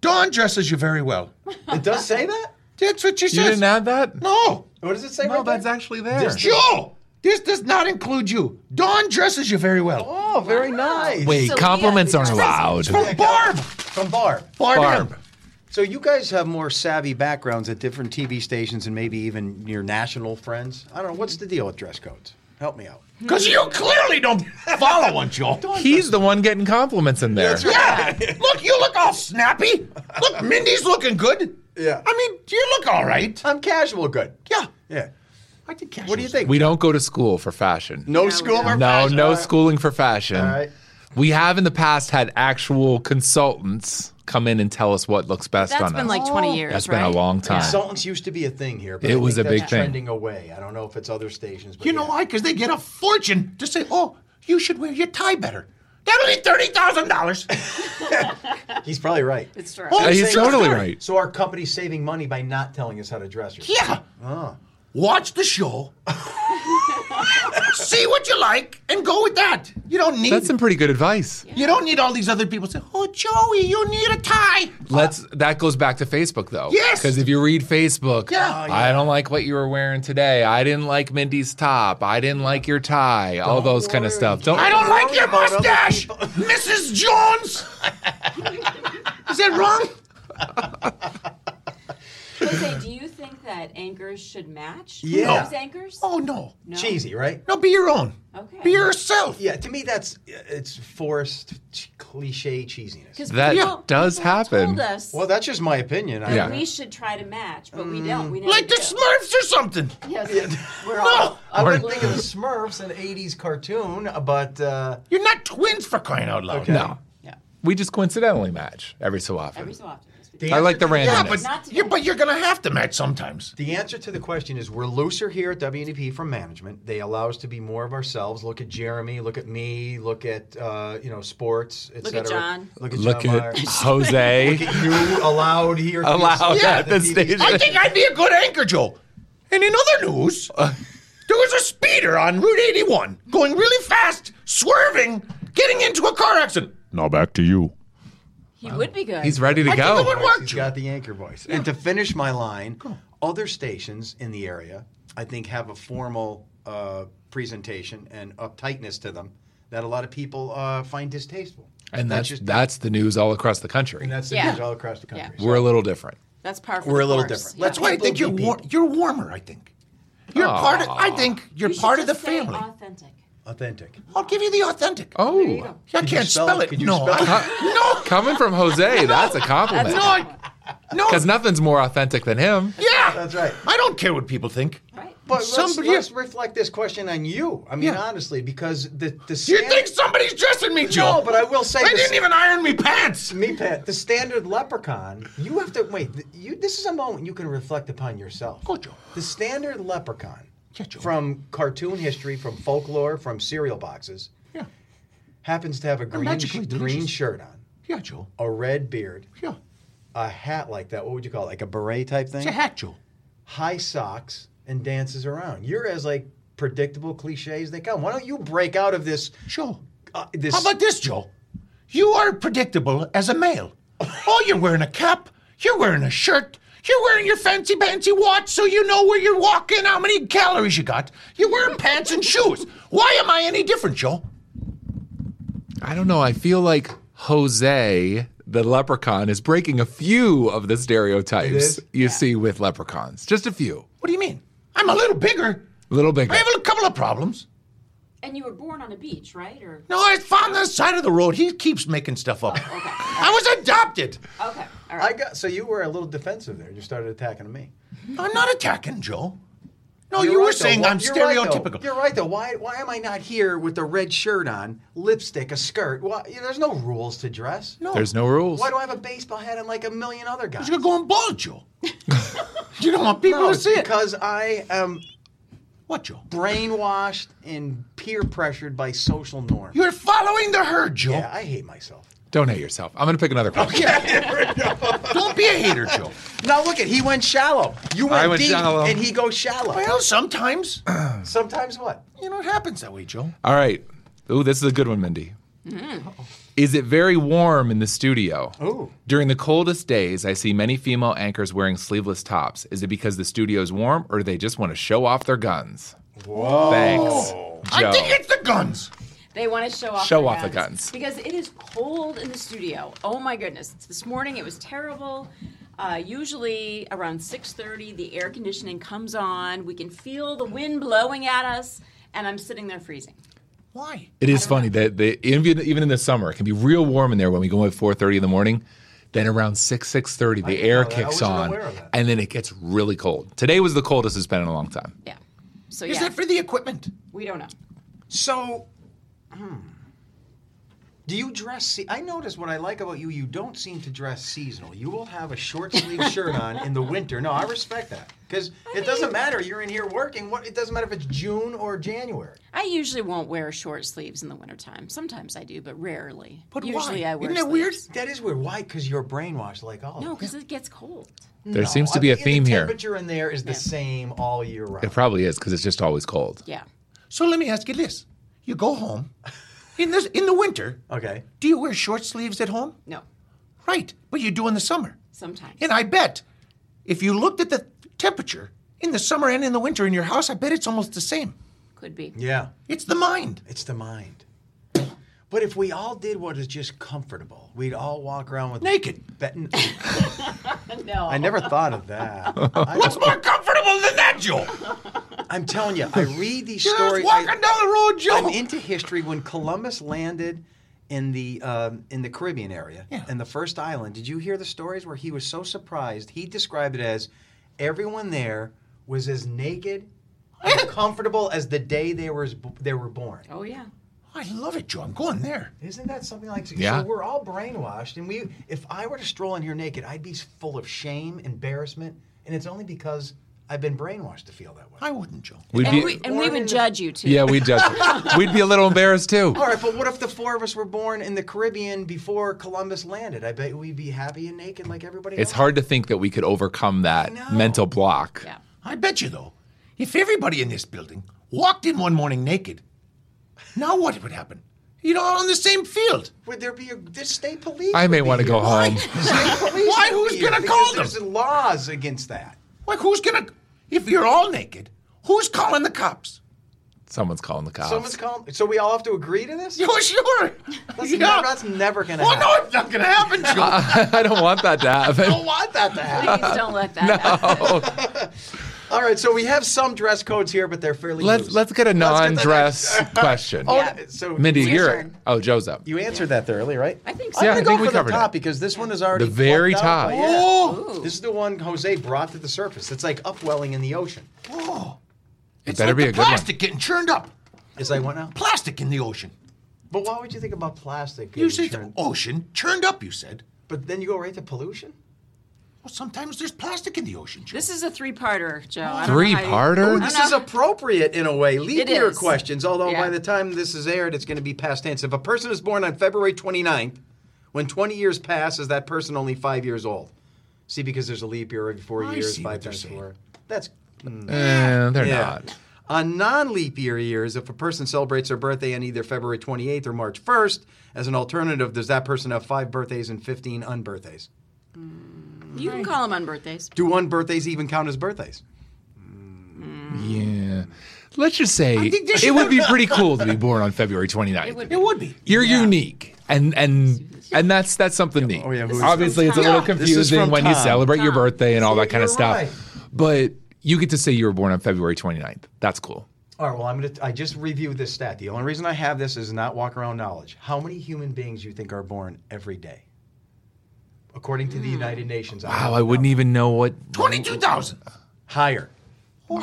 Speaker 3: Dawn dresses you very well.
Speaker 2: It does say that.
Speaker 3: That's what she says.
Speaker 4: You didn't add that?
Speaker 3: no,
Speaker 2: What does it say?
Speaker 4: No,
Speaker 2: right there?
Speaker 4: that's actually there.
Speaker 3: Joe. This does not include you. Dawn dresses you very well.
Speaker 2: Oh, very nice.
Speaker 4: Wait,
Speaker 5: So we
Speaker 4: compliments
Speaker 5: have
Speaker 4: aren't
Speaker 5: to-
Speaker 4: allowed.
Speaker 3: From Barb.
Speaker 2: From Barb.
Speaker 3: Barb.
Speaker 4: Barb.
Speaker 2: So you guys have more savvy backgrounds at different TV stations and maybe even your national friends. I don't know. What's the deal with dress codes? Help me out.
Speaker 3: Because you clearly don't follow one, Joe.
Speaker 4: He's the one getting compliments in there.
Speaker 3: Yeah. Look, you look all snappy. Look, Mindy's looking good.
Speaker 2: Yeah.
Speaker 3: I mean, you look all right.
Speaker 2: I'm casual good.
Speaker 3: Yeah.
Speaker 2: Yeah.
Speaker 3: I think
Speaker 2: What do you think?
Speaker 4: We don't go to school for fashion.
Speaker 2: No
Speaker 5: No,
Speaker 2: school
Speaker 5: no.
Speaker 2: or
Speaker 4: No,
Speaker 2: fashion?
Speaker 4: no
Speaker 2: All right.
Speaker 4: schooling for fashion.
Speaker 2: All right.
Speaker 4: We have in the past had actual consultants come in and tell us what looks best
Speaker 5: That's
Speaker 4: on
Speaker 5: been
Speaker 4: us.
Speaker 5: like 20 years.
Speaker 4: That's been a
Speaker 5: right?
Speaker 4: long time.
Speaker 2: Consultants used to be a thing here, but
Speaker 4: It
Speaker 2: I
Speaker 4: was
Speaker 2: think
Speaker 4: a
Speaker 2: that's
Speaker 4: big thing.
Speaker 2: trending away. I don't know if it's other stations. But
Speaker 3: You know
Speaker 2: yeah.
Speaker 3: why? Because they get a fortune to say, oh, you should wear your tie better. That'll be $30,000.
Speaker 2: He's probably right.
Speaker 5: It's true.
Speaker 3: Oh,
Speaker 4: Uh, He's
Speaker 3: Same
Speaker 4: totally
Speaker 3: story.
Speaker 4: right.
Speaker 2: So our company's saving money by not telling us how to dress. Yourself.
Speaker 3: yeah. Watch the show. See what you like and go with that. You don't need
Speaker 4: That's some pretty good advice.
Speaker 3: you don't need all these other people say, "Oh, Joey, you need a tie."
Speaker 4: Let's that goes back to Facebook though.
Speaker 3: Yes.
Speaker 4: Because if you read Facebook,
Speaker 3: Yeah. Oh,
Speaker 4: I don't like what you were wearing today. I didn't like Mindy's top. I didn't like your tie. all those kind of stuff. Don't
Speaker 3: I don't like your
Speaker 2: about other
Speaker 3: mustache, Mrs. Jones. Is that wrong?
Speaker 5: Jose, do you think that anchors should match?
Speaker 2: Yeah.
Speaker 5: News anchors?
Speaker 3: Oh no.
Speaker 5: No?
Speaker 2: Cheesy, right?
Speaker 3: No, be your own.
Speaker 5: Okay.
Speaker 3: Be yourself.
Speaker 2: Yeah. To me, that's it's forced ch- cliche cheesiness.
Speaker 5: 'Cause
Speaker 4: That does
Speaker 5: people have
Speaker 4: happen.
Speaker 5: Told us
Speaker 2: Well, that's just my opinion. I
Speaker 4: Yeah.
Speaker 5: we should try to match, but we don't. We never
Speaker 3: Like the
Speaker 5: do.
Speaker 3: Smurfs or something.
Speaker 5: Yes, We're
Speaker 3: No,
Speaker 5: all.
Speaker 2: I would think of the Smurfs, an '80s cartoon, but uh,
Speaker 3: you're not twins for crying out loud.
Speaker 4: No.
Speaker 5: Yeah.
Speaker 4: We just coincidentally match every so often.
Speaker 5: Every so often. yes, we do.
Speaker 2: the
Speaker 4: I like the randomness.
Speaker 3: Yeah, but
Speaker 5: Not today.
Speaker 3: yeah, but you're gonna have to match sometimes.
Speaker 2: The answer to the question is we're looser here at WNEP from management. They allow us to be more of ourselves. Look at Jeremy. Look at me. Look at uh, you know sports. Et
Speaker 5: Look at
Speaker 2: cetera.
Speaker 5: John.
Speaker 2: Look at
Speaker 4: Look
Speaker 2: John
Speaker 4: at
Speaker 2: Meyer.
Speaker 4: Jose.
Speaker 2: Look at you allowed here. to
Speaker 4: Allowed
Speaker 2: yourself
Speaker 4: at the
Speaker 2: TV
Speaker 4: station.
Speaker 3: I think I'd be a good anchor, Joe. And in other news, there was a speeder on Route 81 going really fast, swerving, getting into a car accident.
Speaker 6: now back to you.
Speaker 5: He would be good.
Speaker 4: He's ready to
Speaker 3: I
Speaker 4: go.
Speaker 3: think it would work,
Speaker 2: He's
Speaker 3: Joe.
Speaker 2: got the anchor voice. And to finish my line, other stations in the area, I think, have a formal uh, presentation and uptightness to them that a lot of people uh, find distasteful.
Speaker 4: and that's that's the news all across the country.
Speaker 2: and that's the
Speaker 5: Yeah.
Speaker 2: news all across the country.
Speaker 5: Yeah.
Speaker 2: So
Speaker 4: We're a little different.
Speaker 5: That's par for
Speaker 2: We're
Speaker 5: the
Speaker 2: a little
Speaker 5: course.
Speaker 2: different.
Speaker 5: Yeah.
Speaker 3: That's why I think you're
Speaker 2: People be
Speaker 3: war-
Speaker 2: people.
Speaker 3: you're warmer. I think you're part of. I think you're
Speaker 5: You should
Speaker 3: part of the
Speaker 5: just say
Speaker 3: family.
Speaker 5: Authentic.
Speaker 2: Authentic.
Speaker 3: I'll give you the authentic.
Speaker 5: There you
Speaker 4: Oh,
Speaker 5: go.
Speaker 3: I
Speaker 2: Could you
Speaker 3: can't
Speaker 2: spell
Speaker 3: spell,
Speaker 2: it?
Speaker 3: it.
Speaker 2: Could you
Speaker 3: no,
Speaker 2: spell it?
Speaker 3: I-
Speaker 4: coming from Jose, that's a
Speaker 5: That's
Speaker 4: compliment.
Speaker 3: no, I- no,
Speaker 4: Because nothing's more authentic than him.
Speaker 3: yeah,
Speaker 2: That's right.
Speaker 3: I don't care what people think.
Speaker 5: right.
Speaker 2: But
Speaker 3: Somebody-
Speaker 2: let's, let's reflect this question on you. I mean,
Speaker 3: Yeah.
Speaker 2: honestly, because the the
Speaker 3: You
Speaker 2: standard,
Speaker 3: think somebody's dressing me, Joe?
Speaker 2: but I will say
Speaker 3: they
Speaker 2: this-
Speaker 3: didn't even iron me pants.
Speaker 2: me, Pat, the standard leprechaun. You have to wait. th- You this is a moment you can reflect upon yourself.
Speaker 3: Go, Joe.
Speaker 2: The standard leprechaun
Speaker 3: Yeah, Joe.
Speaker 2: from cartoon history, from folklore, from cereal boxes,
Speaker 3: Yeah,
Speaker 2: happens to have a green
Speaker 3: magically
Speaker 2: green
Speaker 3: delicious.
Speaker 2: shirt on,
Speaker 3: yeah, Joe.
Speaker 2: a red beard,
Speaker 3: Yeah,
Speaker 2: a hat like that. What would you call it? Like a beret type thing.
Speaker 3: it's a hat, Joe.
Speaker 2: high socks and dances around. You're as like predictable cliches they come. Why don't you break out of this?
Speaker 3: Joe.
Speaker 2: Uh, this
Speaker 3: How about this, Joe? You are predictable as a male. Oh, you're wearing a cap. You're wearing a shirt. You're wearing your fancy pantsy watch so you know where you're walking, how many calories you got. You're wearing pants and shoes. Why am I any different, Joe?
Speaker 4: I don't know. I feel like Jose, the leprechaun, is breaking a few of the stereotypes
Speaker 2: is?
Speaker 4: you see with leprechauns. Just a few.
Speaker 3: What do you mean? I'm a little bigger.
Speaker 4: A little bigger.
Speaker 3: I have a couple of problems.
Speaker 5: And you were born on a beach, right? Or
Speaker 3: No, I found the side of the road. He keeps making stuff up. I was adopted.
Speaker 5: okay, all
Speaker 2: I
Speaker 5: right.
Speaker 2: got so you were a little defensive there. You started attacking me.
Speaker 3: I'm not attacking Joe. No,
Speaker 2: You're
Speaker 3: you were
Speaker 2: right, though.
Speaker 3: saying
Speaker 2: Why-
Speaker 3: I'm
Speaker 2: you're right, though.
Speaker 3: stereotypical.
Speaker 2: you're right though. Why why am I not here with a red shirt on, lipstick, a skirt? Why, you know, there's no rules to dress. No.
Speaker 4: There's no rules.
Speaker 2: Why do I have a baseball hat and like a million other guys?
Speaker 3: You're going bald, Joe. you don't want people
Speaker 2: No,
Speaker 3: to
Speaker 2: it's
Speaker 3: see it.
Speaker 2: because I am
Speaker 3: What, Joe?
Speaker 2: brainwashed and peer pressured by social norms.
Speaker 3: You're following the herd, Joe.
Speaker 2: yeah, I hate myself.
Speaker 4: Don't hate yourself. I'm going to pick another question.
Speaker 3: Don't be a hater, Joe.
Speaker 2: Now look at he went shallow. You went,
Speaker 4: I went
Speaker 2: deep,
Speaker 4: shallow.
Speaker 2: and he goes shallow.
Speaker 3: Well, sometimes,
Speaker 2: Sometimes what?
Speaker 3: you know, it happens that way, Joe.
Speaker 4: All right. Ooh, this is a good one, Mindy. Is it very warm in the studio?
Speaker 2: Mm. Ooh.
Speaker 4: During the coldest days, I see many female anchors wearing sleeveless tops. Is it because the studio is warm or do they just want to show off their guns? Whoa. Thanks. Joe.
Speaker 3: I think it's the guns.
Speaker 5: They want to show off.
Speaker 4: Show
Speaker 5: their
Speaker 4: off the guns.
Speaker 5: because it is cold in the studio. Oh my goodness! It's this morning it was terrible. Uh, usually around 6:30, the air conditioning comes on. We can feel the wind blowing at us, and I'm sitting there freezing.
Speaker 3: Why?
Speaker 4: It is funny that the even even in the summer it can be real warm in there when we go at four thirty in the morning. Then around six six thirty the air
Speaker 2: know that. I
Speaker 4: kicks
Speaker 2: wasn't
Speaker 4: on,
Speaker 2: aware of that.
Speaker 4: and then it gets really cold. Today was the coldest it's been in a long time.
Speaker 5: Yeah. So
Speaker 3: Is
Speaker 5: yeah,
Speaker 3: that for the equipment?
Speaker 5: we don't know.
Speaker 2: So, hmm. do you dress? Se- I notice what I like about you. You don't seem to dress seasonal. You will have a short sleeve shirt on in the winter. No, I respect that because it doesn't matter. You're in here working. What? It doesn't matter if it's June or January.
Speaker 5: I usually won't wear short sleeves in the wintertime. Sometimes I do, but rarely.
Speaker 3: But
Speaker 5: usually
Speaker 3: why?
Speaker 5: I wear
Speaker 3: Isn't that weird?
Speaker 5: sleeves.
Speaker 2: That is weird. Why? Because you're brainwashed like all. of
Speaker 5: No,
Speaker 2: us.
Speaker 5: because it gets cold.
Speaker 4: There
Speaker 2: No,
Speaker 4: seems to
Speaker 2: I
Speaker 4: be a
Speaker 2: mean,
Speaker 4: theme
Speaker 2: the
Speaker 4: here.
Speaker 2: Temperature in there is the
Speaker 5: Yeah.
Speaker 2: same all year round.
Speaker 4: It probably is because it's just always cold.
Speaker 5: Yeah.
Speaker 3: So let me ask you this: You go home in this in the winter.
Speaker 2: okay.
Speaker 3: Do you wear short sleeves at home?
Speaker 5: No.
Speaker 3: Right, but you do in the summer.
Speaker 5: Sometimes.
Speaker 3: And I bet if you looked at the temperature in the summer and in the winter in your house, I bet it's almost the same.
Speaker 5: Could be.
Speaker 2: Yeah.
Speaker 3: It's the mind.
Speaker 2: It's the mind. But if we all did what is just comfortable, we'd all walk around with
Speaker 3: Naked.
Speaker 2: Bet-
Speaker 5: No.
Speaker 2: I never thought of that. I,
Speaker 3: What's more comfortable than that, Joe?
Speaker 2: am telling you, I read these
Speaker 3: Just
Speaker 2: stories.
Speaker 3: walking
Speaker 2: I,
Speaker 3: down the road, Joe.
Speaker 2: I'm into history. When Columbus landed in the um, in the Caribbean area
Speaker 3: Yeah.
Speaker 2: and the first island, did you hear the stories where he was so surprised? He described it as everyone there was as naked and comfortable as the day they were they were born.
Speaker 5: Oh yeah.
Speaker 3: I love it, Joe. I'm going there.
Speaker 2: Isn't that something like
Speaker 4: Yeah.
Speaker 2: so we're all brainwashed and we if I were to stroll in here naked, I'd be full of shame, embarrassment, and it's only because I've been brainwashed to feel that way.
Speaker 3: I wouldn't, Joe.
Speaker 4: We'd
Speaker 5: And we,
Speaker 4: be,
Speaker 5: and we would judge you too.
Speaker 4: yeah, we'd judge. we'd be a little embarrassed too.
Speaker 2: all right, but what if the four of us were born in the Caribbean before Columbus landed? I bet we'd be happy and naked like everybody
Speaker 4: It's
Speaker 2: else.
Speaker 4: hard to think that we could overcome that
Speaker 2: know.
Speaker 4: mental block.
Speaker 5: Yeah.
Speaker 3: I bet you, though, if everybody in this building walked in one morning naked, now what would happen? You'd all on the same field.
Speaker 2: Would there be a the state police?
Speaker 4: I may
Speaker 2: would be
Speaker 4: want to
Speaker 2: here.
Speaker 4: go home.
Speaker 2: State police
Speaker 3: Why?
Speaker 2: would
Speaker 3: Who's
Speaker 2: be here
Speaker 3: gonna
Speaker 2: because
Speaker 3: call them?
Speaker 2: There's laws against that.
Speaker 3: Like, who's gonna. If you're all naked, who's calling the cops?
Speaker 4: Someone's calling the cops.
Speaker 2: Someone's calling. So we all have to agree to this?
Speaker 3: You're sure.
Speaker 2: That's,
Speaker 3: yeah.
Speaker 2: never, that's never gonna
Speaker 3: well,
Speaker 2: happen.
Speaker 3: no, it's not going to happen. Joe. I
Speaker 4: I don't want that to
Speaker 3: don't
Speaker 4: happen.
Speaker 3: want that to happen.
Speaker 5: Please don't let that happen.
Speaker 2: All right, so we have some dress codes here, but they're fairly
Speaker 4: Let's
Speaker 2: loose.
Speaker 4: let's get a
Speaker 2: the next-
Speaker 4: non-dress question.
Speaker 2: Oh,
Speaker 5: Yeah.
Speaker 2: so
Speaker 4: Mindy,
Speaker 5: It's your
Speaker 4: you're
Speaker 5: turn.
Speaker 4: oh Joe's up.
Speaker 2: you answered that thoroughly, right?
Speaker 5: I think so.
Speaker 2: I'm
Speaker 4: Yeah, I
Speaker 2: gonna
Speaker 4: think
Speaker 2: go
Speaker 4: we
Speaker 2: for
Speaker 4: covered
Speaker 2: the top
Speaker 4: it.
Speaker 2: because this one is already
Speaker 4: The very
Speaker 2: plucked out,
Speaker 4: top.
Speaker 2: but yeah.
Speaker 5: Ooh.
Speaker 2: This is the one Jose brought to the surface. It's like upwelling in the ocean.
Speaker 4: It better be a good
Speaker 3: plastic getting churned up.
Speaker 2: Is that what now?
Speaker 3: Plastic in the ocean.
Speaker 2: But why would you think about plastic?
Speaker 3: You
Speaker 2: and
Speaker 3: said
Speaker 2: churn-
Speaker 3: ocean churned up. You said.
Speaker 2: But then you go right to pollution?
Speaker 3: Well, sometimes there's plastic in the ocean. Joe.
Speaker 5: This is a three-parter, Joe. I don't
Speaker 4: one.
Speaker 5: know how you-
Speaker 4: Three-parter.
Speaker 2: This is appropriate in a way. Leap
Speaker 5: It
Speaker 2: year
Speaker 5: is.
Speaker 2: questions, although
Speaker 5: Yeah.
Speaker 2: by the time this is aired, it's going to be past tense. If a person is born on February 29th, when 20 years pass, is that person only five years old? See, because there's a leap year every four
Speaker 3: I
Speaker 2: years,
Speaker 3: see
Speaker 2: five
Speaker 3: what you're
Speaker 2: times
Speaker 3: saying.
Speaker 2: four. That's
Speaker 4: Eh, they're
Speaker 2: Oh, Yeah.
Speaker 4: not.
Speaker 2: On non leap year years, if a person celebrates their birthday on either February 28th or March 1st, as an alternative, does that person have five birthdays and 15 unbirthdays?
Speaker 5: You can call them on birthdays.
Speaker 2: Do unbirthdays even count as birthdays?
Speaker 4: Yeah. Let's just say
Speaker 3: think they
Speaker 4: it would be pretty cool to be born on February 29th.
Speaker 5: would
Speaker 3: It would be.
Speaker 4: You're unique. And and and that's that's something neat.
Speaker 2: yeah, who is-
Speaker 4: Obviously it's a little
Speaker 2: This is
Speaker 4: confusing
Speaker 2: from
Speaker 4: when you
Speaker 2: Tom.
Speaker 4: celebrate your birthday and all that kind of
Speaker 2: You're
Speaker 4: stuff.
Speaker 2: right.
Speaker 4: But you get to say you were born on February 29th. That's cool.
Speaker 2: All right, well, I'm gonna. I just reviewed this stat. The only reason I have this is not walk around knowledge. How many human beings you think are born every day? According to the United Nations.
Speaker 4: Hmm. Wow, I wouldn't even know what
Speaker 3: Twenty-two thousand.
Speaker 2: Higher,
Speaker 5: No way.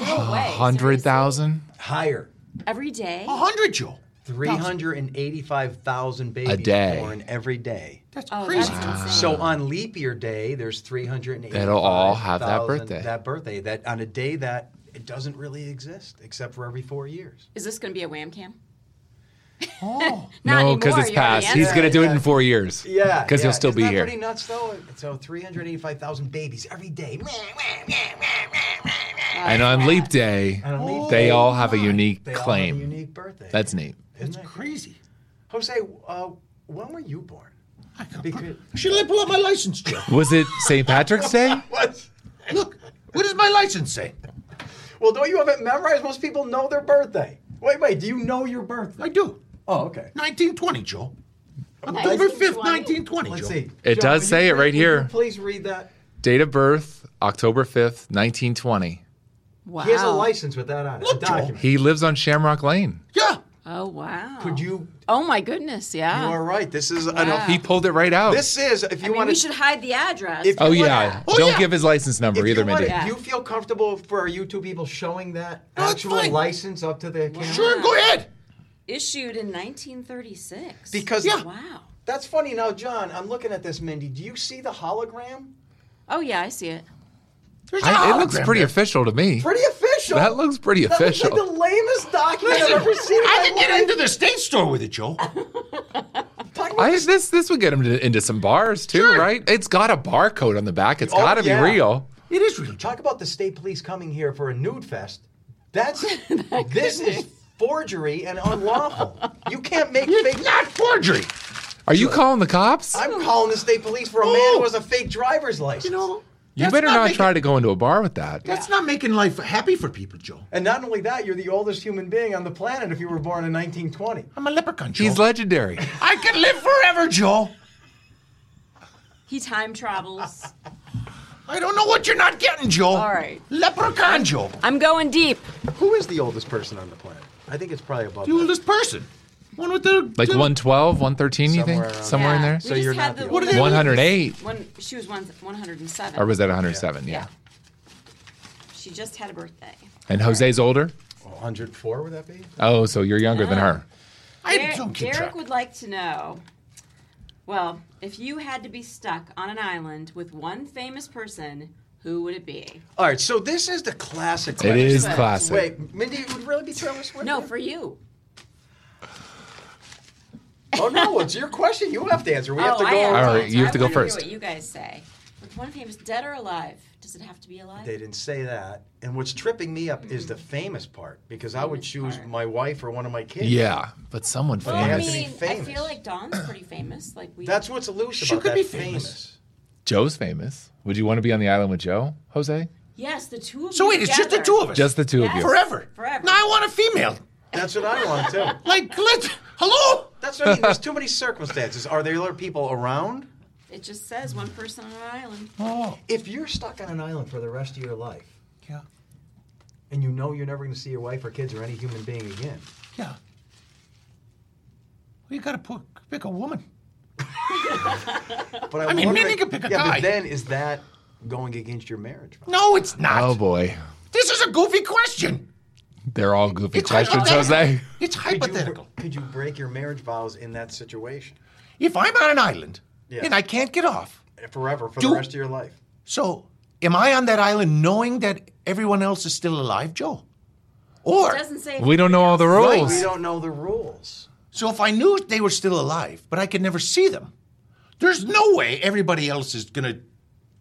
Speaker 4: 100,000
Speaker 2: higher.
Speaker 5: Every day?
Speaker 3: A hundred, Joe.
Speaker 2: Three hundred and eighty-five thousand babies
Speaker 4: day.
Speaker 2: born every day.
Speaker 3: That's
Speaker 5: Oh,
Speaker 3: crazy.
Speaker 5: that's insane.
Speaker 2: So on leap year day, there's 385.
Speaker 4: That'll all have that birthday.
Speaker 2: That birthday. That on a day that it doesn't really exist except for every four years.
Speaker 5: Is this going to be a wham cam?
Speaker 3: oh.
Speaker 5: Not
Speaker 4: no,
Speaker 5: because
Speaker 4: because it's past. He's gonna do it in four years.
Speaker 2: Yeah.
Speaker 4: because
Speaker 2: yeah.
Speaker 4: he'll still
Speaker 2: Isn't
Speaker 4: be
Speaker 2: that
Speaker 4: here.
Speaker 2: Pretty nuts though. So 385,000 babies every day. Meh, meh, meh, meh, meh, meh.
Speaker 4: And on leap day,
Speaker 2: And on leap
Speaker 4: they
Speaker 2: day,
Speaker 4: all have a unique
Speaker 2: they all have a
Speaker 4: claim.
Speaker 2: unique birthday.
Speaker 4: That's neat.
Speaker 2: Isn't
Speaker 3: That's
Speaker 2: that crazy?
Speaker 3: crazy.
Speaker 2: Jose, uh, when were you born? Because
Speaker 3: Should I pull up my license, Joe?
Speaker 4: Was it St. Patrick's Day?
Speaker 2: what?
Speaker 3: Look, what does my license say?
Speaker 2: Well, don't you have it memorized? Most people know their birthday. Wait, wait. Do you know your birthday?
Speaker 3: I do.
Speaker 2: Oh, okay.
Speaker 3: 1920, Joe. October 5th, 1920,
Speaker 2: Let's
Speaker 3: Joe.
Speaker 2: see.
Speaker 4: It
Speaker 2: Joe, would
Speaker 4: does
Speaker 2: you
Speaker 4: say it
Speaker 2: read-
Speaker 4: right
Speaker 2: would you
Speaker 4: here.
Speaker 2: Please read that.
Speaker 4: Date of birth, October 5th, 1920.
Speaker 5: Wow.
Speaker 2: He has a license with that on it.
Speaker 3: Look,
Speaker 2: a
Speaker 3: Joe.
Speaker 2: document.
Speaker 4: He lives on Shamrock Lane.
Speaker 3: Yeah.
Speaker 5: Oh, wow.
Speaker 2: Could you?
Speaker 5: Oh, my goodness, yeah.
Speaker 2: You are right. This is an.
Speaker 4: He pulled it right out.
Speaker 2: This is if
Speaker 5: I
Speaker 2: you
Speaker 5: mean,
Speaker 2: want
Speaker 5: we
Speaker 2: to.
Speaker 5: should hide the address.
Speaker 2: If-
Speaker 4: oh,
Speaker 2: you
Speaker 4: yeah.
Speaker 2: wanna-
Speaker 3: oh,
Speaker 4: Don't
Speaker 3: yeah.
Speaker 4: give his license number
Speaker 2: If
Speaker 4: either,
Speaker 2: you wanna-
Speaker 4: Mindy.
Speaker 5: Yeah.
Speaker 2: Do you feel comfortable for our YouTube people showing that
Speaker 3: No, it's
Speaker 2: actual
Speaker 3: fine.
Speaker 2: license up to the camera?
Speaker 3: Sure, go ahead.
Speaker 5: Issued in 1936.
Speaker 2: Because
Speaker 5: Wow.
Speaker 2: that's funny. Now, John, I'm looking at this, Mindy. Do you see the hologram?
Speaker 5: Oh, yeah, I see it.
Speaker 3: There's
Speaker 4: I-
Speaker 3: a
Speaker 4: it looks
Speaker 3: hologram
Speaker 4: pretty
Speaker 3: there.
Speaker 4: official to me.
Speaker 2: Pretty official.
Speaker 4: That looks pretty
Speaker 2: That looks
Speaker 4: official.
Speaker 2: like the lamest document I've ever seen. in
Speaker 3: I
Speaker 2: my
Speaker 3: could get
Speaker 2: life.
Speaker 3: into the state store with it, Joe.
Speaker 2: Talking about
Speaker 4: I, this this would get him to, into some bars too, right? It's got a barcode on the back. It's
Speaker 2: Oh,
Speaker 4: got to
Speaker 2: yeah.
Speaker 4: be real.
Speaker 3: It is real, Joe.
Speaker 2: Talk about the state police coming here for a nude fest. That's this is forgery and unlawful. You can't make fake.
Speaker 3: Not forgery.
Speaker 4: Are you calling the cops?
Speaker 2: I'm calling the state police for a man who
Speaker 3: Oh.
Speaker 2: has a fake driver's license.
Speaker 3: You know,
Speaker 4: you
Speaker 3: that's
Speaker 4: better not
Speaker 3: making-
Speaker 4: try to go into a bar with that.
Speaker 3: That's not making life happy for people, Joe.
Speaker 2: and not only that, you're the oldest human being on the planet if you were born in 1920.
Speaker 3: I'm a leprechaun, Joe.
Speaker 4: He's legendary.
Speaker 3: I can live forever, Joe.
Speaker 5: He time travels.
Speaker 3: I don't know what you're not getting, Joe.
Speaker 5: All right.
Speaker 3: Leprechaun, Joe.
Speaker 5: I'm going deep.
Speaker 2: Who is the oldest person on the planet? I think it's probably above.
Speaker 3: The
Speaker 2: that.
Speaker 3: oldest person. One with the.
Speaker 4: Like
Speaker 3: the-
Speaker 4: 112, 113, you
Speaker 2: Somewhere
Speaker 4: think?
Speaker 2: around
Speaker 4: Somewhere
Speaker 5: Yeah.
Speaker 4: in
Speaker 5: We
Speaker 4: there?
Speaker 2: So
Speaker 5: just
Speaker 2: you're
Speaker 5: had
Speaker 2: not the
Speaker 5: the
Speaker 2: oldest.
Speaker 5: woman-
Speaker 4: 108.
Speaker 5: One, she was one, 107.
Speaker 4: Or was that 107? Yeah.
Speaker 5: Yeah. She just had a birthday.
Speaker 4: And Jose's older?
Speaker 2: 104 would that be?
Speaker 4: Oh, so you're younger than her.
Speaker 3: I
Speaker 5: Der-
Speaker 3: don't keep
Speaker 5: Derek
Speaker 3: track.
Speaker 5: would like to know. Well, if you had to be stuck on an island with one famous person, who would it be?
Speaker 2: All right, so this is the classic.
Speaker 4: It
Speaker 2: question.
Speaker 4: is
Speaker 5: Wait.
Speaker 4: classic.
Speaker 2: Wait, Mindy, it would really be Taylor Swift?
Speaker 5: No, for you.
Speaker 2: Oh no, it's your question. You have to answer. We have
Speaker 5: oh,
Speaker 2: to
Speaker 5: I
Speaker 2: go.
Speaker 5: have
Speaker 4: All
Speaker 5: to
Speaker 4: right,
Speaker 5: answer.
Speaker 4: you have
Speaker 5: I
Speaker 4: to go
Speaker 5: wanna hear
Speaker 4: first.
Speaker 5: What you guys say? With one famous, dead or alive? Does it have to be alive?
Speaker 2: They didn't say that. And what's tripping me up is the famous part because I
Speaker 3: Mm,
Speaker 2: would
Speaker 5: Famous
Speaker 2: choose
Speaker 5: part.
Speaker 2: my wife or one of my kids.
Speaker 4: Yeah, but someone
Speaker 5: well, I
Speaker 2: have
Speaker 4: famous.
Speaker 2: to be
Speaker 5: mean, I
Speaker 2: famous.
Speaker 5: feel like Dawn's pretty famous. Like we.
Speaker 2: That's what's elusive.
Speaker 3: She
Speaker 2: about
Speaker 3: could
Speaker 2: that
Speaker 3: be famous.
Speaker 4: Joe's famous. Would you want to be on the island with Joe, Jose?
Speaker 5: Yes, the two of
Speaker 3: So
Speaker 5: you
Speaker 3: wait, it's just the
Speaker 5: together.
Speaker 3: two of us.
Speaker 4: Just the two of
Speaker 5: Yes.
Speaker 4: you.
Speaker 3: forever.
Speaker 5: Forever.
Speaker 3: No, I want a female.
Speaker 2: That's what I want too.
Speaker 3: Like, let hello.
Speaker 2: That's what I mean. There's too many circumstances. Are there other people around?
Speaker 5: It just says one person on an island.
Speaker 2: If you're stuck on an island for the rest of your life,
Speaker 3: Yeah,
Speaker 2: and you know you're never going to see your wife or kids or any human being again,
Speaker 3: yeah. We gotta pu- pick a woman.
Speaker 2: but I'm
Speaker 3: I mean,
Speaker 2: wondering-
Speaker 3: maybe you could pick a
Speaker 2: yeah,
Speaker 3: guy.
Speaker 2: But then is that going against your marriage? Bob?
Speaker 3: No, it's not.
Speaker 4: Oh boy,
Speaker 3: This is a goofy question.
Speaker 4: they're all goofy
Speaker 3: It's
Speaker 4: questions,
Speaker 3: hypothetical.
Speaker 4: Jose.
Speaker 3: It's hypothetical.
Speaker 2: Could you, could you break your marriage vows in that situation
Speaker 3: If I'm on an island
Speaker 2: Yeah.
Speaker 3: and I can't get off,
Speaker 2: forever for
Speaker 3: Do-
Speaker 2: the rest of your life?
Speaker 3: so am I on that island knowing that everyone else is still alive, Joe? Or
Speaker 5: It doesn't say.
Speaker 4: We don't know all the
Speaker 3: Right.
Speaker 4: rules.
Speaker 2: We don't know the rules.
Speaker 3: so if I knew they were still alive, but I could never see them, there's no way everybody else is gonna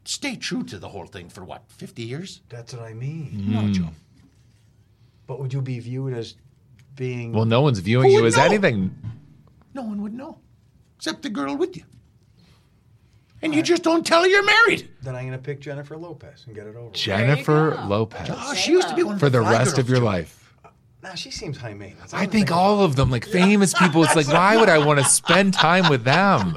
Speaker 3: stay true to the whole thing for what, 50 years?
Speaker 2: That's what I mean.
Speaker 3: No, Joe.
Speaker 2: But would you be viewed as being?
Speaker 4: Well, no one's viewing
Speaker 3: Who
Speaker 4: you
Speaker 3: would
Speaker 4: as
Speaker 3: know?
Speaker 4: anything.
Speaker 3: No one would know, except the girl with you. And you just don't tell her you're married.
Speaker 2: then I'm going to pick Jennifer Lopez and get it over. with.
Speaker 4: Jennifer
Speaker 5: go.
Speaker 4: Lopez
Speaker 3: Oh, she used to be one of
Speaker 4: for the
Speaker 3: fly
Speaker 4: rest of
Speaker 3: girls,
Speaker 4: your
Speaker 3: Joe.
Speaker 4: life.
Speaker 2: Nah, she seems high maintenance.
Speaker 4: I think all of them, like famous people, it's like, why would I want to spend time with them?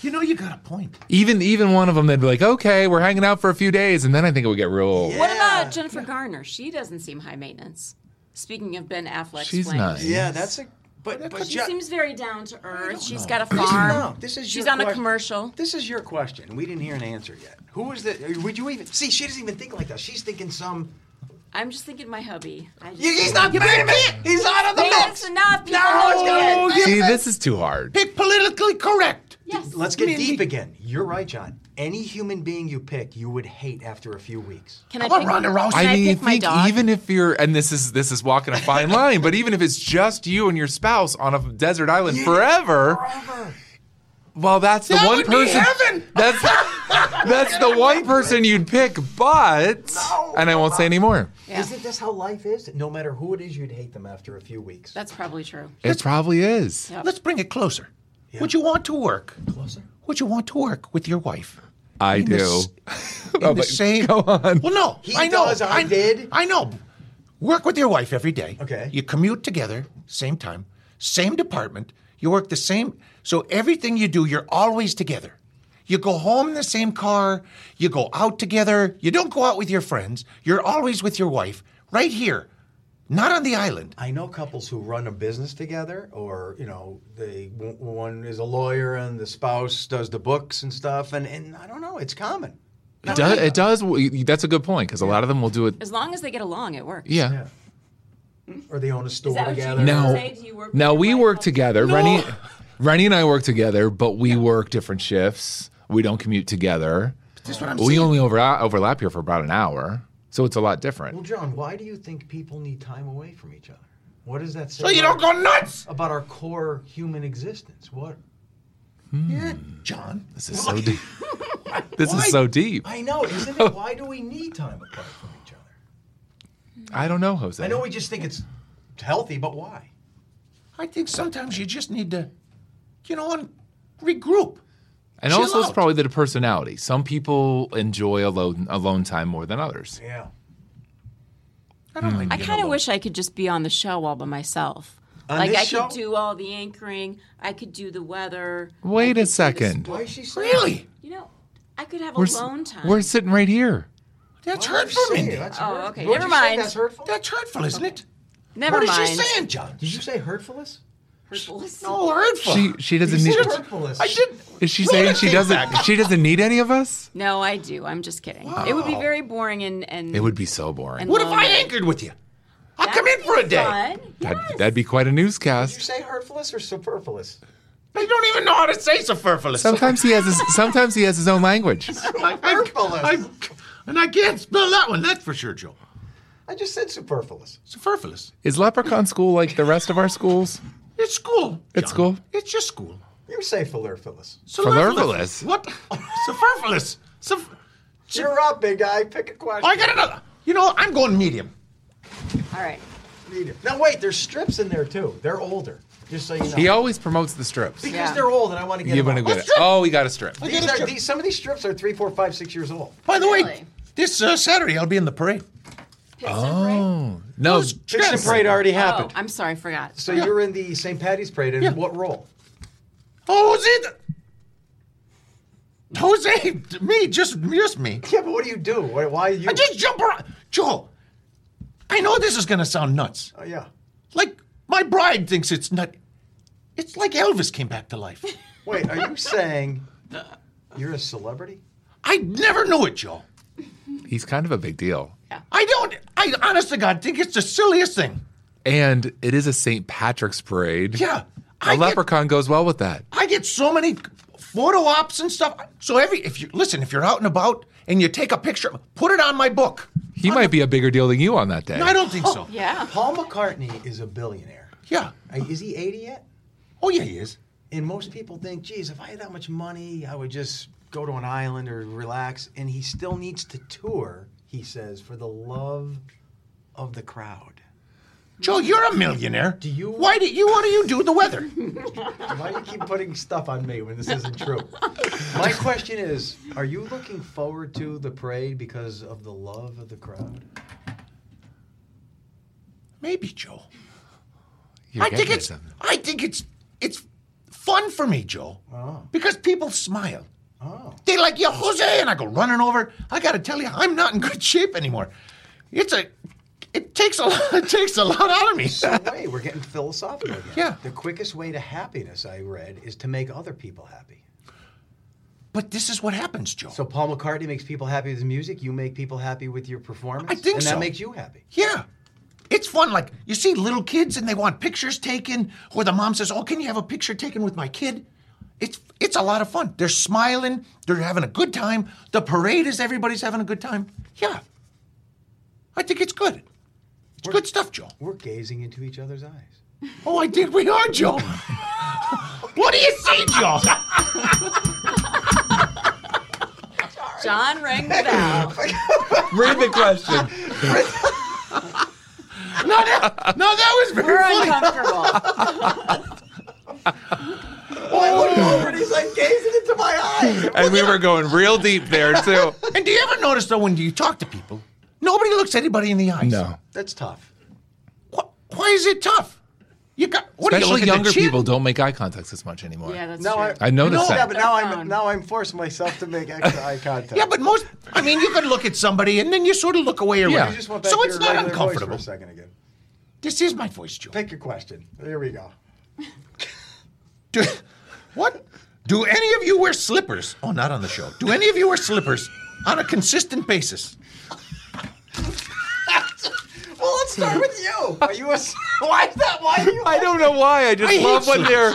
Speaker 3: You know, you got a point.
Speaker 4: Even even one of them, they'd be like, okay, we're hanging out for a few days, and then I think it would get real. old.
Speaker 5: What
Speaker 2: Yeah.
Speaker 5: about Jennifer Garner? She doesn't seem high maintenance. Speaking of Ben Affleck's
Speaker 4: She's
Speaker 5: flames.
Speaker 4: nice.
Speaker 2: Yeah, that's a. But, but
Speaker 5: She
Speaker 2: Je-
Speaker 5: seems very down to earth. She's got a
Speaker 2: This is-
Speaker 5: farm.
Speaker 2: no, this is
Speaker 5: She's
Speaker 2: your
Speaker 5: on a
Speaker 2: question.
Speaker 5: commercial.
Speaker 2: This is your question. We didn't hear an answer yet. Who is the? Would you even see? She doesn't even think like that. She's thinking some.
Speaker 5: I'm just thinking my hubby. I just,
Speaker 2: Yeah, he's not famous. He's out of the
Speaker 5: That's
Speaker 2: mix.
Speaker 5: enough. People
Speaker 2: No, it's
Speaker 5: know
Speaker 2: gonna-
Speaker 5: you.
Speaker 4: See, this is too hard.
Speaker 3: Pick Oh, politically correct.
Speaker 5: Yes.
Speaker 2: Let's get
Speaker 3: Mindy.
Speaker 2: deep again. You're right, John. Any human being you pick, you would hate after a few weeks.
Speaker 5: Can
Speaker 3: Come
Speaker 5: I
Speaker 3: on,
Speaker 5: pick,
Speaker 3: Ronda Rousey.
Speaker 5: Can I, pick my dog?
Speaker 4: even if you're, and this is this is walking a fine line, but even if it's just you and your spouse on a desert island forever,
Speaker 2: Forever.
Speaker 4: well, that's the
Speaker 3: That
Speaker 4: one
Speaker 3: would be
Speaker 4: person.
Speaker 3: heaven.
Speaker 4: That's that's the one person you'd pick, but and I won't say anymore.
Speaker 5: Yeah.
Speaker 2: Isn't this how life is? No matter who it is, you'd hate them after a few weeks.
Speaker 5: That's probably true.
Speaker 4: It probably is.
Speaker 3: Let's bring it closer. Would you want to work?
Speaker 2: Closer.
Speaker 3: Would you want to work with your wife?
Speaker 4: I
Speaker 3: In
Speaker 4: do. Oh,
Speaker 3: the s- in the same. Go on. Well, no,
Speaker 2: He
Speaker 3: I know.
Speaker 2: does, I did.
Speaker 3: I know. Work with your wife every day.
Speaker 2: Okay.
Speaker 3: You commute together, same time, same department. You work the same. So everything you do, you're always together. You go home in the same car. You go out together. You don't go out with your friends. You're always with your wife, right here, not on the island.
Speaker 2: I know couples who run a business together, or you know, they w- one is a lawyer and the spouse does the books and stuff, and, and I don't know, it's common.
Speaker 4: It does. It does that's a good point because a lot of them will do it.
Speaker 5: As long as they get along, it works.
Speaker 4: Yeah.
Speaker 2: Yeah. Hmm? Or they own a store
Speaker 5: Is that what you
Speaker 2: together.
Speaker 5: do?
Speaker 4: Now-
Speaker 5: Jose? Do you work with
Speaker 4: Now
Speaker 5: your
Speaker 4: we
Speaker 5: wife?
Speaker 4: work together. Rennie, Rennie and I work together, but we work different shifts. We don't commute together.
Speaker 3: That's
Speaker 2: Oh.
Speaker 3: what I'm
Speaker 4: We
Speaker 3: saying.
Speaker 4: only over, overlap here for about an hour, so it's a lot
Speaker 2: Well,
Speaker 4: different.
Speaker 2: John, why do you think people need time away from each other? What does that say?
Speaker 3: so you don't
Speaker 2: about,
Speaker 3: go nuts.
Speaker 2: about our core human existence? What?
Speaker 3: Yeah, John.
Speaker 4: This is so deep. this
Speaker 3: Why?
Speaker 4: is so deep.
Speaker 2: I know, isn't it? Why do we need time apart from each other?
Speaker 4: I don't know, Jose.
Speaker 2: I know we just think it's healthy, but why?
Speaker 3: I think sometimes you just need to, you know, and regroup.
Speaker 4: and
Speaker 3: chill
Speaker 4: also, it's
Speaker 3: out.
Speaker 4: probably the personality. Some people enjoy alone alone time more than others.
Speaker 2: Yeah.
Speaker 3: I don't mind.
Speaker 5: I
Speaker 3: being
Speaker 5: kind of
Speaker 3: alone.
Speaker 5: wish I could just be on the show all by myself.
Speaker 2: On
Speaker 5: like
Speaker 2: this
Speaker 5: I
Speaker 2: show?
Speaker 5: could do all the anchoring. I could do the weather.
Speaker 4: Wait a second.
Speaker 2: Why is she saying
Speaker 3: Really?
Speaker 5: You know, I could have
Speaker 4: We're, s-
Speaker 5: alone time.
Speaker 4: we're sitting right here.
Speaker 3: That's
Speaker 2: Why is she
Speaker 3: hurtful,
Speaker 2: saying
Speaker 3: Mindy.
Speaker 2: That's
Speaker 5: Oh,
Speaker 2: hurtful.
Speaker 5: okay,
Speaker 2: Did you
Speaker 5: never
Speaker 2: say
Speaker 5: mind.
Speaker 2: That's hurtful.
Speaker 3: That's hurtful, isn't it?
Speaker 5: Never
Speaker 3: what is
Speaker 5: mind.
Speaker 3: she saying, John?
Speaker 2: Did you say hurtfulness?
Speaker 3: No, hurtful.
Speaker 4: She she doesn't need.
Speaker 2: hurtfulness.
Speaker 3: I did.
Speaker 4: Is she
Speaker 3: Roll
Speaker 4: saying
Speaker 3: that
Speaker 4: she
Speaker 3: tape
Speaker 4: doesn't?
Speaker 3: back.
Speaker 4: She doesn't need any of us?
Speaker 5: No, I do. I'm just kidding. It would be very boring and and
Speaker 4: It would be so boring.
Speaker 5: And
Speaker 3: What if I
Speaker 5: lonely.
Speaker 3: anchored with you? I'll
Speaker 5: That
Speaker 3: come
Speaker 5: would
Speaker 3: in for a
Speaker 5: be
Speaker 3: day.
Speaker 5: fun.
Speaker 4: That'd,
Speaker 5: Yes.
Speaker 4: that'd be quite a
Speaker 2: Did
Speaker 4: newscast.
Speaker 2: you say hurtfulness or superfluous?
Speaker 3: I don't even know how to say superfluous.
Speaker 4: Sometimes he has his, sometimes he has his own language.
Speaker 3: I, I-
Speaker 2: Superfluous.
Speaker 3: I- and I can't spell that one. That's for sure, Joe.
Speaker 2: I just said superfluous.
Speaker 3: Superfluous.
Speaker 4: Is leprechaun school like the rest of our schools?
Speaker 3: It's school.
Speaker 4: It's
Speaker 3: John.
Speaker 4: school?
Speaker 3: It's just school.
Speaker 2: You say superfluous.
Speaker 4: Superfluous.
Speaker 3: What? superfluous. Sup-
Speaker 2: You're up, big guy. Pick a question.
Speaker 3: I got another. You know, I'm going medium.
Speaker 5: All right.
Speaker 2: Medium. Now wait, there's strips in there too. They're older. Just so you know.
Speaker 4: He always promotes the strips.
Speaker 2: because
Speaker 5: Yeah.
Speaker 2: they're old, and I want to get
Speaker 4: You
Speaker 2: them.
Speaker 4: want to
Speaker 2: out.
Speaker 4: go? Oh, we got a strip.
Speaker 3: I
Speaker 2: These
Speaker 3: got a
Speaker 2: are-
Speaker 3: strip.
Speaker 2: these- some of these strips are three, four, five, six years old.
Speaker 3: By the way,
Speaker 5: Really?
Speaker 3: this uh, Saturday I'll be in the parade.
Speaker 5: Pit stop, right?
Speaker 4: No,
Speaker 2: Fiction Parade already
Speaker 5: Oh,
Speaker 2: happened.
Speaker 5: I'm sorry, I forgot.
Speaker 2: so you were in the St. Patty's Parade in what role?
Speaker 3: Jose, Jose, me, just just me.
Speaker 2: Yeah, but what do you do? Why, why you?
Speaker 3: I just jump around. Joel, I know this is gonna sound nuts.
Speaker 2: Oh, yeah.
Speaker 3: Like my bride thinks it's nut. It's like Elvis came back to life.
Speaker 2: Wait, are you saying
Speaker 3: Uh,
Speaker 2: you're a celebrity?
Speaker 3: I never knew it, Joel.
Speaker 4: he's kind of a big deal.
Speaker 3: I don't. I honest to God think it's the silliest thing.
Speaker 4: And it is a St. Patrick's parade.
Speaker 3: Yeah, I
Speaker 4: A
Speaker 3: get-
Speaker 4: leprechaun goes well with that.
Speaker 3: I get so many photo ops and stuff. So every if you listen, if you're out and about and you take a picture, put it on my book.
Speaker 4: He might be a bigger deal than you on that day.
Speaker 3: No, I don't think so.
Speaker 5: Yeah.
Speaker 2: Paul McCartney is a billionaire.
Speaker 3: Yeah.
Speaker 2: Uh, Is he 80 yet?
Speaker 3: Oh yeah, he is.
Speaker 2: And most people think, geez, if I had that much money, I would just go to an island or relax. And he still needs to tour, he says, for the love of the crowd.
Speaker 3: Joel, you're a millionaire. Do
Speaker 2: you-
Speaker 3: Why do you? What do you do with the weather?
Speaker 2: Why do you keep putting stuff on me when this isn't true? My question is Are you looking forward to the parade because of the love of the crowd?
Speaker 3: Maybe Joel.
Speaker 4: You're
Speaker 3: I think
Speaker 4: getting at
Speaker 3: it's.
Speaker 4: something.
Speaker 3: I think it's. It's fun for me, Joel, because people smile.
Speaker 2: Oh.
Speaker 3: They like you, Jose, and I go running over. I got to tell you, I'm not in good shape anymore. It's a. It takes a. lot It takes a lot out of me.
Speaker 2: No way, we're getting philosophical again.
Speaker 3: Yeah.
Speaker 2: The quickest way to happiness, I read, is to make other people happy.
Speaker 3: But this is what happens, Joel.
Speaker 2: So Paul McCartney makes people happy with his music. You make people happy with your performance.
Speaker 3: I think
Speaker 2: and
Speaker 3: so.
Speaker 2: that makes you happy.
Speaker 3: Yeah. It's fun. Like, you see little kids and they want pictures taken, or the mom says, Oh, can you have a picture taken with my kid? It's it's a lot of fun. They're smiling, they're having a good time. The parade is everybody's having a good time. Yeah. I think it's good. It's good stuff, Joe.
Speaker 2: We're gazing into each other's eyes.
Speaker 3: Oh, I did. We are, Joe. what do you see, Joe?
Speaker 5: John rang the bell.
Speaker 4: Read the question.
Speaker 3: No, that, no, that was very
Speaker 5: We're
Speaker 3: funny.
Speaker 5: uncomfortable.
Speaker 2: He's like gazing into my eyes.
Speaker 4: and we were going real deep there, too.
Speaker 3: And do you ever notice, though, when you talk to people, nobody looks anybody in the eyes?
Speaker 2: That's tough.
Speaker 3: Wh- why is it tough? You got what are you
Speaker 4: Especially
Speaker 3: looking at
Speaker 4: younger
Speaker 3: the chin?
Speaker 4: people don't make eye contacts as much anymore.
Speaker 5: Yeah, that's
Speaker 2: No,
Speaker 5: true.
Speaker 2: I,
Speaker 4: I noticed
Speaker 2: no,
Speaker 4: that.
Speaker 2: Yeah, but now I'm
Speaker 5: Down.
Speaker 2: now I'm forcing myself to make extra eye contact.
Speaker 3: Yeah, but most. I mean, you could look at somebody and then you sort of look away around.
Speaker 4: Yeah.
Speaker 2: you just went back to
Speaker 3: so it's
Speaker 2: your
Speaker 3: not
Speaker 2: regular voice
Speaker 3: uncomfortable.
Speaker 2: for a second again.
Speaker 3: This is my voice, Joe.
Speaker 2: Pick your question. There we go.
Speaker 3: Do, what? Do any of you wear slippers? Oh, not on the show. Do any of you wear slippers on a consistent basis?
Speaker 2: Well, let's start with you. Are you a? Why is that? Why are you?
Speaker 4: I don't know why. I just
Speaker 3: I hate
Speaker 4: love when they're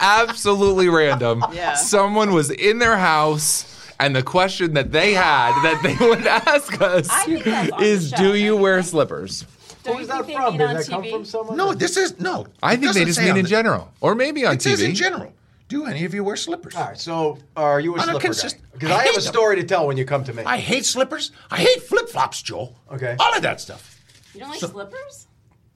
Speaker 4: absolutely random.
Speaker 5: Yeah.
Speaker 4: Someone was in their house. And the question that they had that they would ask us
Speaker 5: I think that's on
Speaker 4: is
Speaker 5: the show,
Speaker 4: Do you
Speaker 5: don't
Speaker 4: wear slippers?
Speaker 5: Don't
Speaker 2: Who's
Speaker 5: you
Speaker 2: that
Speaker 5: think
Speaker 2: from? Did
Speaker 5: they mean on
Speaker 2: that come
Speaker 5: TV?
Speaker 2: from someone?
Speaker 3: No, this is no.
Speaker 4: I
Speaker 3: It
Speaker 4: think they
Speaker 3: doesn't
Speaker 4: just
Speaker 3: say
Speaker 4: mean
Speaker 3: on
Speaker 4: in
Speaker 3: the-
Speaker 4: general, or maybe on
Speaker 3: It
Speaker 4: TV.
Speaker 3: says in general. Do any of you wear slippers?
Speaker 2: All right. So, are you a
Speaker 3: On a
Speaker 2: slipper
Speaker 3: consist-
Speaker 2: Because
Speaker 3: I
Speaker 2: I have
Speaker 3: hate
Speaker 2: a
Speaker 3: them.
Speaker 2: story to tell when you come to me.
Speaker 3: I hate slippers. I hate flip flops, Joel.
Speaker 2: Okay.
Speaker 3: All of that stuff.
Speaker 5: You don't like slippers?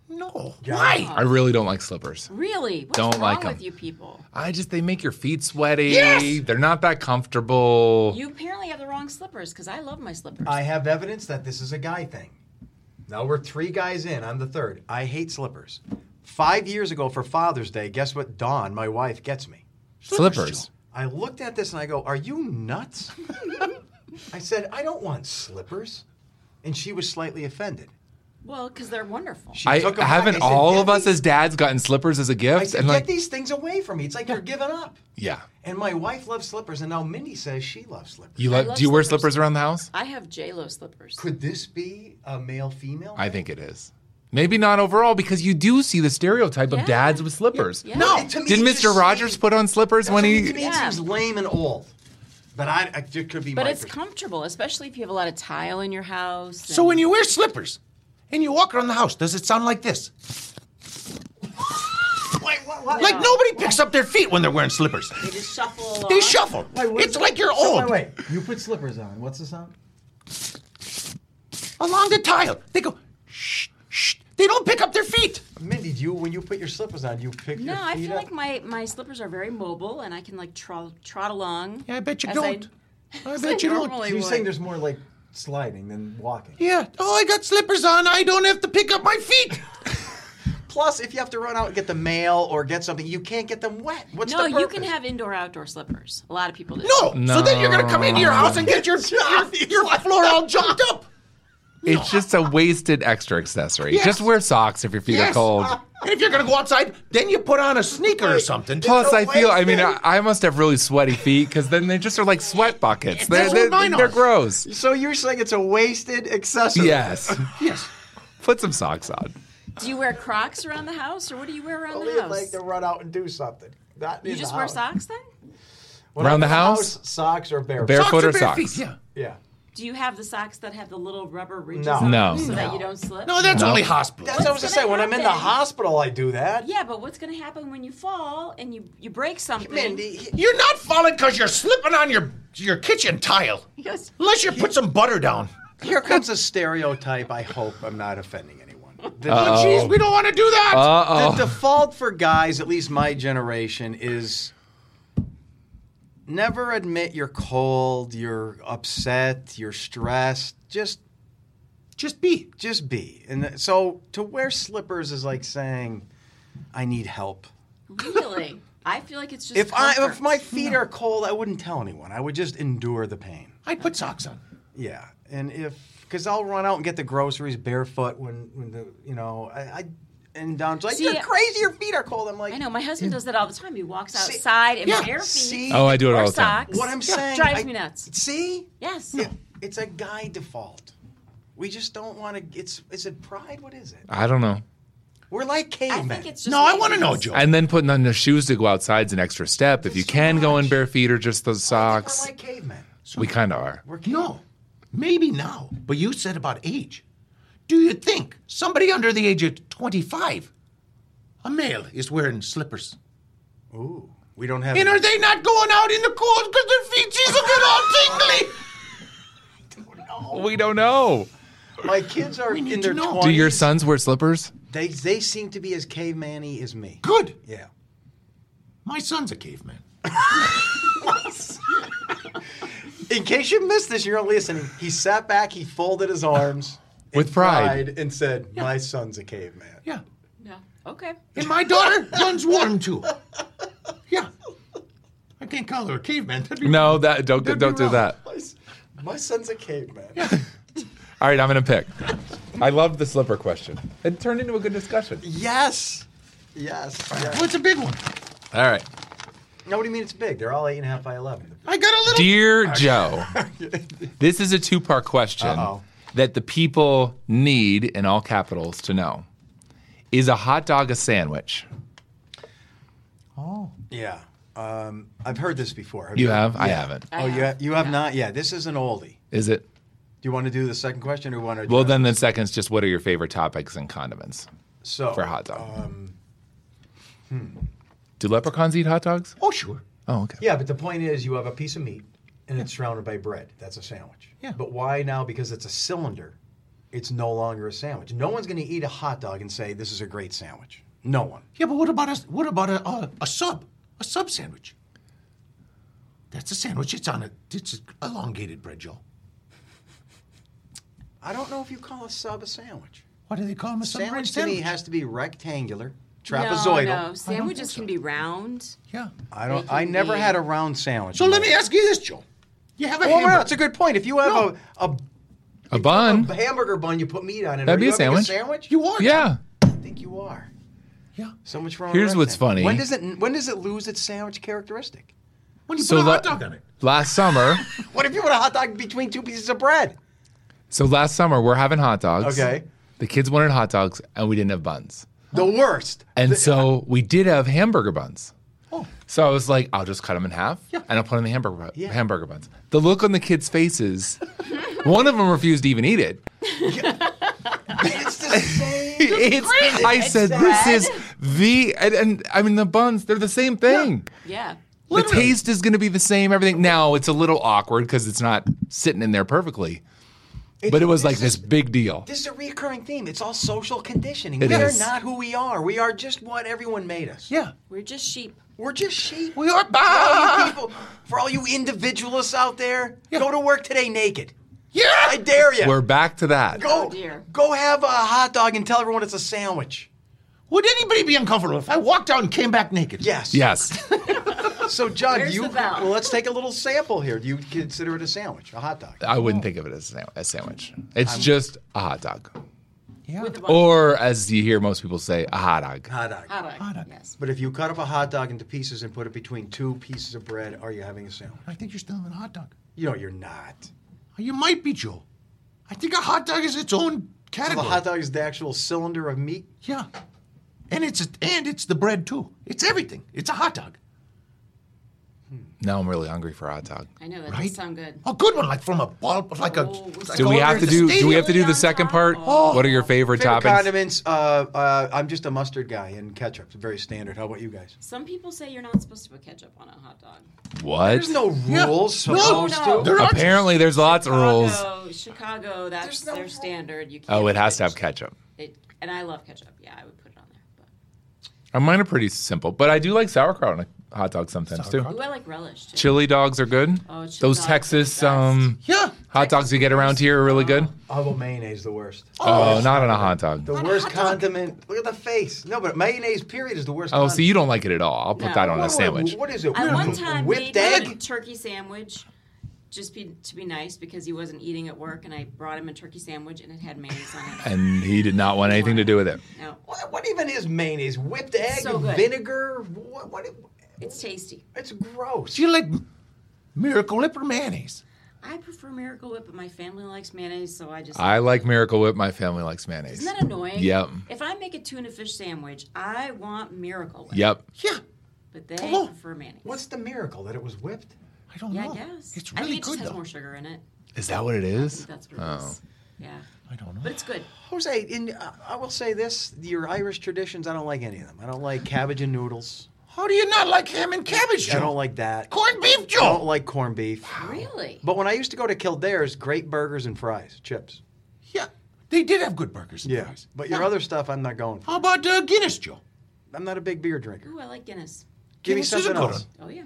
Speaker 3: No.
Speaker 2: Yeah.
Speaker 3: Why?
Speaker 4: I really don't like slippers.
Speaker 5: Really? What's
Speaker 4: Don't
Speaker 5: wrong
Speaker 4: like 'em.
Speaker 5: with you people?
Speaker 4: I just they make your feet sweaty.
Speaker 3: Yes!
Speaker 4: They're not that comfortable.
Speaker 5: You apparently have the wrong slippers because I love my slippers.
Speaker 2: I have evidence that this is a guy thing. Now we're three guys in. I'm the third. I hate slippers. Five years ago for Father's Day, guess what Dawn, my wife, gets me?
Speaker 4: slippers.
Speaker 2: I looked at this and I go, Are you nuts? I said, I don't want slippers. And she was slightly offended.
Speaker 5: well, because they're wonderful.
Speaker 2: She
Speaker 4: I
Speaker 2: took 'em back.
Speaker 4: haven't
Speaker 2: I said,
Speaker 4: all
Speaker 2: "Get
Speaker 4: of us
Speaker 2: these-"
Speaker 4: as dads gotten slippers as a gift
Speaker 2: I said,
Speaker 4: and
Speaker 2: Get
Speaker 4: like
Speaker 2: these things away from me. It's like you're giving up.
Speaker 4: yeah.
Speaker 2: And my wife loves slippers, and now Mindy says she loves slippers.
Speaker 4: You love,
Speaker 5: love
Speaker 4: do you wear
Speaker 5: slippers.
Speaker 4: slippers around the house?
Speaker 5: I have J-Lo slippers.
Speaker 2: Could this be a male female?
Speaker 4: I think it is. Maybe not overall because you do see the stereotype of
Speaker 5: Yeah.
Speaker 4: dads with slippers.
Speaker 5: Yeah.
Speaker 3: No.
Speaker 2: To me,
Speaker 4: Did
Speaker 2: it
Speaker 4: Mr.
Speaker 2: just
Speaker 4: Rogers
Speaker 2: seems-
Speaker 4: put on slippers when
Speaker 2: to me-
Speaker 4: he?
Speaker 2: to me, it
Speaker 5: Yeah.
Speaker 2: seems lame and old. But I, I it could be.
Speaker 5: But
Speaker 2: my
Speaker 5: it's
Speaker 2: pers-
Speaker 5: comfortable, especially if you have a lot of tile in your house.
Speaker 3: So when you wear slippers and you walk around the house, does it sound like this?
Speaker 2: Wait, what, what?
Speaker 3: Like nobody picks up their feet when they're wearing slippers.
Speaker 5: you just shuffle along.
Speaker 3: They shuffle. it's like you're old.
Speaker 2: Wait, wait. You put slippers on. What's the sound?
Speaker 3: Along the tile. They go, shh, shh. They don't pick up their feet.
Speaker 2: Mindy, do you when you put your slippers on, do you pick
Speaker 5: No,
Speaker 2: your feet
Speaker 5: I feel
Speaker 2: up?
Speaker 5: like my, my slippers are very mobile and I can like trot, trot along.
Speaker 3: Yeah, I bet you
Speaker 5: as
Speaker 3: don't. I,
Speaker 5: as I
Speaker 3: bet you don't.
Speaker 2: So
Speaker 5: normally
Speaker 2: you're
Speaker 5: would.
Speaker 2: saying there's more like sliding than walking.
Speaker 3: Yeah. Oh, I got slippers on. I don't have to pick up my feet.
Speaker 2: Plus, if you have to run out and get the mail or get something, you can't get them wet. What's
Speaker 5: No,
Speaker 2: the
Speaker 5: you can
Speaker 2: purpose?
Speaker 5: have indoor outdoor slippers. A lot of people do.
Speaker 3: No. So then you're gonna come into your house and get your your, your floor all jumped up.
Speaker 4: It's just a wasted extra accessory.
Speaker 3: Yes.
Speaker 4: Just wear socks if your feet are
Speaker 3: Yes.
Speaker 4: cold.
Speaker 3: And if you're gonna go outside, then you put on a sneaker or something.
Speaker 4: Plus,
Speaker 2: a
Speaker 4: I feel, I mean, I,
Speaker 2: wasted-
Speaker 4: I must have really sweaty feet because then they just are like sweat buckets. They're,
Speaker 3: That's what
Speaker 4: they're,
Speaker 3: mine
Speaker 4: they're
Speaker 3: are.
Speaker 4: gross.
Speaker 2: So you're saying it's a wasted accessory?
Speaker 4: Yes.
Speaker 3: Yes.
Speaker 4: Put some socks on.
Speaker 5: Do you wear Crocs around the house, or what do you wear around
Speaker 2: Only
Speaker 5: the
Speaker 2: if,
Speaker 5: house?
Speaker 2: Oh, like to run out and do something. Not
Speaker 5: you
Speaker 2: in
Speaker 5: just
Speaker 2: the
Speaker 5: wear
Speaker 2: house.
Speaker 5: socks then?
Speaker 2: When
Speaker 4: Around
Speaker 2: I'm
Speaker 4: the
Speaker 2: in
Speaker 4: house?
Speaker 2: Socks or barefoot.
Speaker 4: Bare- Barefoot
Speaker 3: or
Speaker 4: or
Speaker 3: bare
Speaker 4: socks?
Speaker 3: Feet, yeah.
Speaker 2: yeah.
Speaker 5: Do you have the socks that have the little rubber ridges
Speaker 2: No.
Speaker 5: on
Speaker 4: No.
Speaker 5: them so that
Speaker 2: No.
Speaker 5: you don't slip?
Speaker 3: No, that's
Speaker 4: No.
Speaker 3: only hospital.
Speaker 2: That's what I was
Speaker 5: What's
Speaker 2: gonna say.
Speaker 5: gonna
Speaker 2: When I'm in the
Speaker 5: happen?
Speaker 2: hospital, I do that.
Speaker 5: Yeah, but what's going to happen when you fall and you, you break something?
Speaker 2: Mindy, he-
Speaker 3: You're not falling because you're slipping on your your kitchen tile.
Speaker 5: He goes,
Speaker 3: Unless you put some butter down.
Speaker 2: here comes a stereotype. I hope I'm not offending anyone. The,
Speaker 3: Oh, jeez, we don't want to do that.
Speaker 2: the
Speaker 4: Oh.
Speaker 2: default for guys, at least my generation, is never admit you're cold, you're upset, you're stressed. Just
Speaker 3: Just be.
Speaker 2: just be. And th- so to wear slippers is like saying, I need help.
Speaker 5: really? I feel like it's just
Speaker 2: If I if
Speaker 5: comfort.
Speaker 2: my feet are cold, I wouldn't tell anyone. I would just endure the pain.
Speaker 3: I put socks on.
Speaker 2: Yeah, and if because I'll run out and get the groceries barefoot when when the you know I, I and Don's like
Speaker 5: See,
Speaker 2: you're crazy. Your feet are cold. I'm like
Speaker 5: I know my husband does that all the time. He walks outside in
Speaker 3: yeah,
Speaker 5: bare feet
Speaker 2: see?
Speaker 4: Oh, I do it
Speaker 5: or
Speaker 4: all the time.
Speaker 5: socks.
Speaker 2: what I'm saying.
Speaker 5: drives
Speaker 2: I-
Speaker 5: me nuts.
Speaker 2: See,
Speaker 5: Yes.
Speaker 2: It- it's a guy default. We just don't want to. It's is it pride? What is it?
Speaker 4: I don't know.
Speaker 2: We're like
Speaker 5: I
Speaker 2: cavemen.
Speaker 5: think it's just
Speaker 3: No, I want to know,
Speaker 5: laziness.
Speaker 3: Joe.
Speaker 4: And then putting on the shoes to go outside's an extra step. If you can go in bare feet or just those
Speaker 2: We're
Speaker 4: socks,
Speaker 2: like cavemen.
Speaker 4: we kind of are.
Speaker 2: We're cavemen.
Speaker 3: no, maybe now. But you said about age. Do you think somebody under the age of 25, a male, is wearing slippers?
Speaker 2: Ooh, we don't have.
Speaker 3: And are they not going out in the cold because their feet is a all tingly?
Speaker 4: We don't know.
Speaker 2: My kids are in
Speaker 3: need
Speaker 2: their
Speaker 3: to know.
Speaker 4: Do
Speaker 2: twenties.
Speaker 4: your sons wear slippers?
Speaker 2: They they seem to be as caveman-y as me.
Speaker 3: Good.
Speaker 2: Yeah.
Speaker 3: My son's a caveman.
Speaker 2: In case you missed this, you're not listening. He sat back, he folded his arms in
Speaker 4: With pride.
Speaker 2: and said, "My son's a caveman."
Speaker 3: Yeah.
Speaker 5: No. Okay.
Speaker 3: And my daughter runs warm too. Yeah. I can't call her a caveman. That'd be
Speaker 4: No, that don't
Speaker 3: That'd be
Speaker 4: don't do
Speaker 3: wrong.
Speaker 4: that.
Speaker 2: My, s- my son's a caveman.
Speaker 4: All right, I'm gonna pick. I loved the slipper question. It turned into a good discussion.
Speaker 2: Yes. Yes. yes.
Speaker 3: Well, it's a big one.
Speaker 4: All right,
Speaker 2: No, what do you mean it's big? They're all eight and a half by eleven.
Speaker 3: I got a little.
Speaker 4: dear Joe, this is a two part question
Speaker 2: Uh-oh.
Speaker 4: that the people need in all capitals to know. Is a hot dog a sandwich?
Speaker 2: Yeah. Um, I've heard this before.
Speaker 4: You have? I haven't.
Speaker 2: Oh, you ha- you have not. Yeah, this is an oldie.
Speaker 4: Is it?
Speaker 2: Do you want to do the second question or want to?
Speaker 4: Well, then the second's just what are your favorite topics and condiments
Speaker 2: so
Speaker 4: for a hot dog? hmm. Do leprechauns eat hot dogs?
Speaker 3: Oh, sure.
Speaker 4: Oh, okay.
Speaker 2: Yeah, but the point is, you have a piece of meat and it's surrounded by bread. That's a sandwich.
Speaker 3: Yeah.
Speaker 2: But why now? Because it's a cylinder. It's no longer a sandwich. No one's going to eat a hot dog and say this is a great sandwich. No one.
Speaker 3: Yeah, but what about a what about a a, a sub a sub sandwich? That's a sandwich. It's on a it's a elongated bread, Joe.
Speaker 2: I don't know if you call a sub a sandwich.
Speaker 3: What do they call them? A sub
Speaker 2: Sandwich,
Speaker 3: sandwich?
Speaker 2: to me has to be rectangular,
Speaker 5: No,
Speaker 2: trapezoidal.
Speaker 5: no. Sandwiches can be round.
Speaker 3: yeah.
Speaker 2: I don't.
Speaker 5: They can
Speaker 2: I never
Speaker 5: be-
Speaker 2: had a round sandwich.
Speaker 3: So let me ask you this, Joe. You have a
Speaker 2: Well, no,
Speaker 3: hamburger.
Speaker 2: it's a good point. If you have
Speaker 3: No.
Speaker 2: a, a
Speaker 4: A bun?
Speaker 2: a hamburger bun, you put meat on it.
Speaker 4: That'd
Speaker 2: are
Speaker 4: be
Speaker 2: you
Speaker 4: a
Speaker 2: having
Speaker 4: sandwich.
Speaker 2: sandwich?
Speaker 3: you are.
Speaker 4: Yeah.
Speaker 2: I think you are.
Speaker 3: Yeah.
Speaker 2: So much wrong.
Speaker 4: Here's
Speaker 2: with
Speaker 4: what's
Speaker 2: rectangle.
Speaker 4: funny.
Speaker 2: When does it? When does it lose its sandwich characteristic?
Speaker 3: When you
Speaker 4: So
Speaker 3: put a hot
Speaker 4: la-
Speaker 3: dog on it.
Speaker 4: last summer,
Speaker 2: What if you want a hot dog between two pieces of bread?
Speaker 4: so last summer we're having hot dogs.
Speaker 2: Okay.
Speaker 4: The kids wanted hot dogs and we didn't have buns.
Speaker 2: The worst.
Speaker 4: And so we did have hamburger buns.
Speaker 3: Oh.
Speaker 4: So I was like, I'll just cut them in half and I'll put them in the hamburger, bu-
Speaker 2: Yeah.
Speaker 4: hamburger buns. The look on the kids' faces, one of them refused to even eat it.
Speaker 2: It's the same.
Speaker 4: It's, I said, this is the, and, and I mean, the buns, they're the same thing.
Speaker 5: Yeah.
Speaker 4: The taste is going to be the same, everything. Now it's a little awkward because it's not sitting in there perfectly. But it was like this big deal.
Speaker 2: This is a recurring theme. It's all social conditioning.
Speaker 4: It
Speaker 2: we
Speaker 4: is.
Speaker 2: are not who we are. We are just what everyone made us.
Speaker 3: Yeah.
Speaker 5: We're just sheep.
Speaker 2: We're just sheep.
Speaker 3: We are
Speaker 2: For all
Speaker 3: bad.
Speaker 2: you people, for all you individualists out there, go to work today naked.
Speaker 3: Yeah.
Speaker 2: I dare you.
Speaker 4: We're back to that.
Speaker 2: go,
Speaker 5: Oh, dear.
Speaker 2: go have a hot dog and tell everyone it's a sandwich.
Speaker 3: Would anybody be uncomfortable if I walked out and came back naked?
Speaker 2: Yes.
Speaker 4: Yes.
Speaker 2: So, John, do
Speaker 5: Where's
Speaker 2: you
Speaker 5: the bell?
Speaker 2: well, let's take a little sample here. Do you consider it a sandwich, a hot dog?
Speaker 4: I wouldn't think of it as a sa- a sandwich. It's just a hot dog.
Speaker 5: With the bun.
Speaker 4: Or as you hear most people say, a hot dog.
Speaker 2: Hot dog.
Speaker 5: Hot dog, Yes.
Speaker 2: But if you cut up a hot dog into pieces and put it between two pieces of bread, are you having a sandwich?
Speaker 3: I think you're still in a hot dog.
Speaker 2: You know, you're not.
Speaker 3: Oh, You might be, Joel. I think a hot dog is its own
Speaker 2: The
Speaker 3: category.
Speaker 2: hot dog is the actual cylinder of meat.
Speaker 3: Yeah. And it's and it's the bread too. It's everything. It's a hot dog.
Speaker 4: Now I'm really hungry for a hot dog.
Speaker 5: I know that
Speaker 3: Right?
Speaker 5: does sound good.
Speaker 2: Oh.
Speaker 3: A good one, like from a ball, like a.
Speaker 5: Oh,
Speaker 3: like
Speaker 4: Do we
Speaker 3: over
Speaker 4: have
Speaker 3: at
Speaker 4: to
Speaker 3: the
Speaker 4: do? Do
Speaker 3: stadium.
Speaker 4: we have to do the
Speaker 5: Stadium.
Speaker 4: second part? What are your favorite,
Speaker 2: Oh, Favorite
Speaker 4: toppings?
Speaker 2: condiments. Uh, uh, I'm just a mustard guy, and ketchup. It's very standard. How about you guys?
Speaker 5: Some people say you're not supposed to put ketchup on a hot dog.
Speaker 4: What?
Speaker 2: There's no
Speaker 3: Yeah.
Speaker 2: rules.
Speaker 3: No,
Speaker 2: supposed
Speaker 5: no.
Speaker 2: to.
Speaker 3: There are
Speaker 4: Apparently, there's lots of rules.
Speaker 5: Chicago, Chicago, that's their standard. You can't
Speaker 4: Oh, it
Speaker 5: put
Speaker 4: has to have ketchup.
Speaker 5: It, and I love ketchup. Yeah, I would put it on there. But.
Speaker 4: Uh, Mine are pretty simple, but I do like sauerkraut on a hot dog sometimes too.
Speaker 5: Ooh, I like relish too.
Speaker 4: Chili dogs are good.
Speaker 5: Oh, chili
Speaker 4: Those
Speaker 5: dogs are
Speaker 4: Texas
Speaker 5: the best.
Speaker 4: um,
Speaker 3: Yeah.
Speaker 4: hot dogs you get around here are really good.
Speaker 2: How about mayonnaise? The worst.
Speaker 4: Oh, not on a hot dog.
Speaker 2: The worst condiment. Look at the face. No, but mayonnaise. Period is the worst.
Speaker 4: Oh,
Speaker 2: condiment.
Speaker 4: so you don't like it at all? I'll put
Speaker 5: No.
Speaker 4: that on a
Speaker 2: What-
Speaker 4: sandwich.
Speaker 2: What is it?
Speaker 5: I
Speaker 2: We're
Speaker 5: one
Speaker 2: gonna
Speaker 5: time
Speaker 2: whip
Speaker 5: made
Speaker 2: that?
Speaker 5: him a turkey sandwich just be, to be nice because he wasn't eating at work, and I brought him a turkey sandwich and it had mayonnaise on it.
Speaker 4: And he did not want anything to do with it.
Speaker 5: No,
Speaker 2: What, what even is mayonnaise? Whipped egg,
Speaker 5: So good.
Speaker 2: vinegar? What, what?
Speaker 5: it's tasty.
Speaker 2: It's gross.
Speaker 3: Do you like Miracle Whip or mayonnaise?
Speaker 5: I prefer Miracle Whip, but my family likes mayonnaise, so I just.
Speaker 4: I like Miracle Whip. My family likes mayonnaise.
Speaker 5: Isn't that annoying?
Speaker 4: Yep.
Speaker 5: If I make a tuna fish sandwich, I want Miracle Whip.
Speaker 4: Yep.
Speaker 3: Yeah.
Speaker 5: But they
Speaker 3: Hello.
Speaker 5: prefer mayonnaise.
Speaker 2: What's the miracle that it was whipped?
Speaker 3: I don't
Speaker 5: yeah,
Speaker 3: know.
Speaker 5: I guess.
Speaker 3: It's
Speaker 5: I
Speaker 3: really
Speaker 5: think it
Speaker 3: good
Speaker 5: just has
Speaker 3: though.
Speaker 5: more sugar in it.
Speaker 4: Is that what it is?
Speaker 5: That's what it is. Yeah.
Speaker 3: I don't know.
Speaker 5: But it's good.
Speaker 2: Jose, in, uh, I will say this: your Irish traditions, I don't like any of them. I don't like cabbage and noodles.
Speaker 3: How do you not like ham and cabbage, Joe?
Speaker 2: I don't like that.
Speaker 3: corned beef,
Speaker 2: I don't
Speaker 3: Joe.
Speaker 2: like corned beef.
Speaker 5: Really?
Speaker 2: But when I used to go to Kildare's, great burgers and fries, chips.
Speaker 3: Yeah. They did have good burgers. and
Speaker 2: Yeah,
Speaker 3: fries.
Speaker 2: but your
Speaker 3: Yeah.
Speaker 2: other stuff, I'm not going. for.
Speaker 3: How about uh, Guinness, Joe?
Speaker 2: I'm not a big beer drinker.
Speaker 5: Ooh, I like Guinness.
Speaker 2: Give me
Speaker 3: Guinness is a
Speaker 2: something
Speaker 3: good
Speaker 2: else.
Speaker 5: Oh, yeah.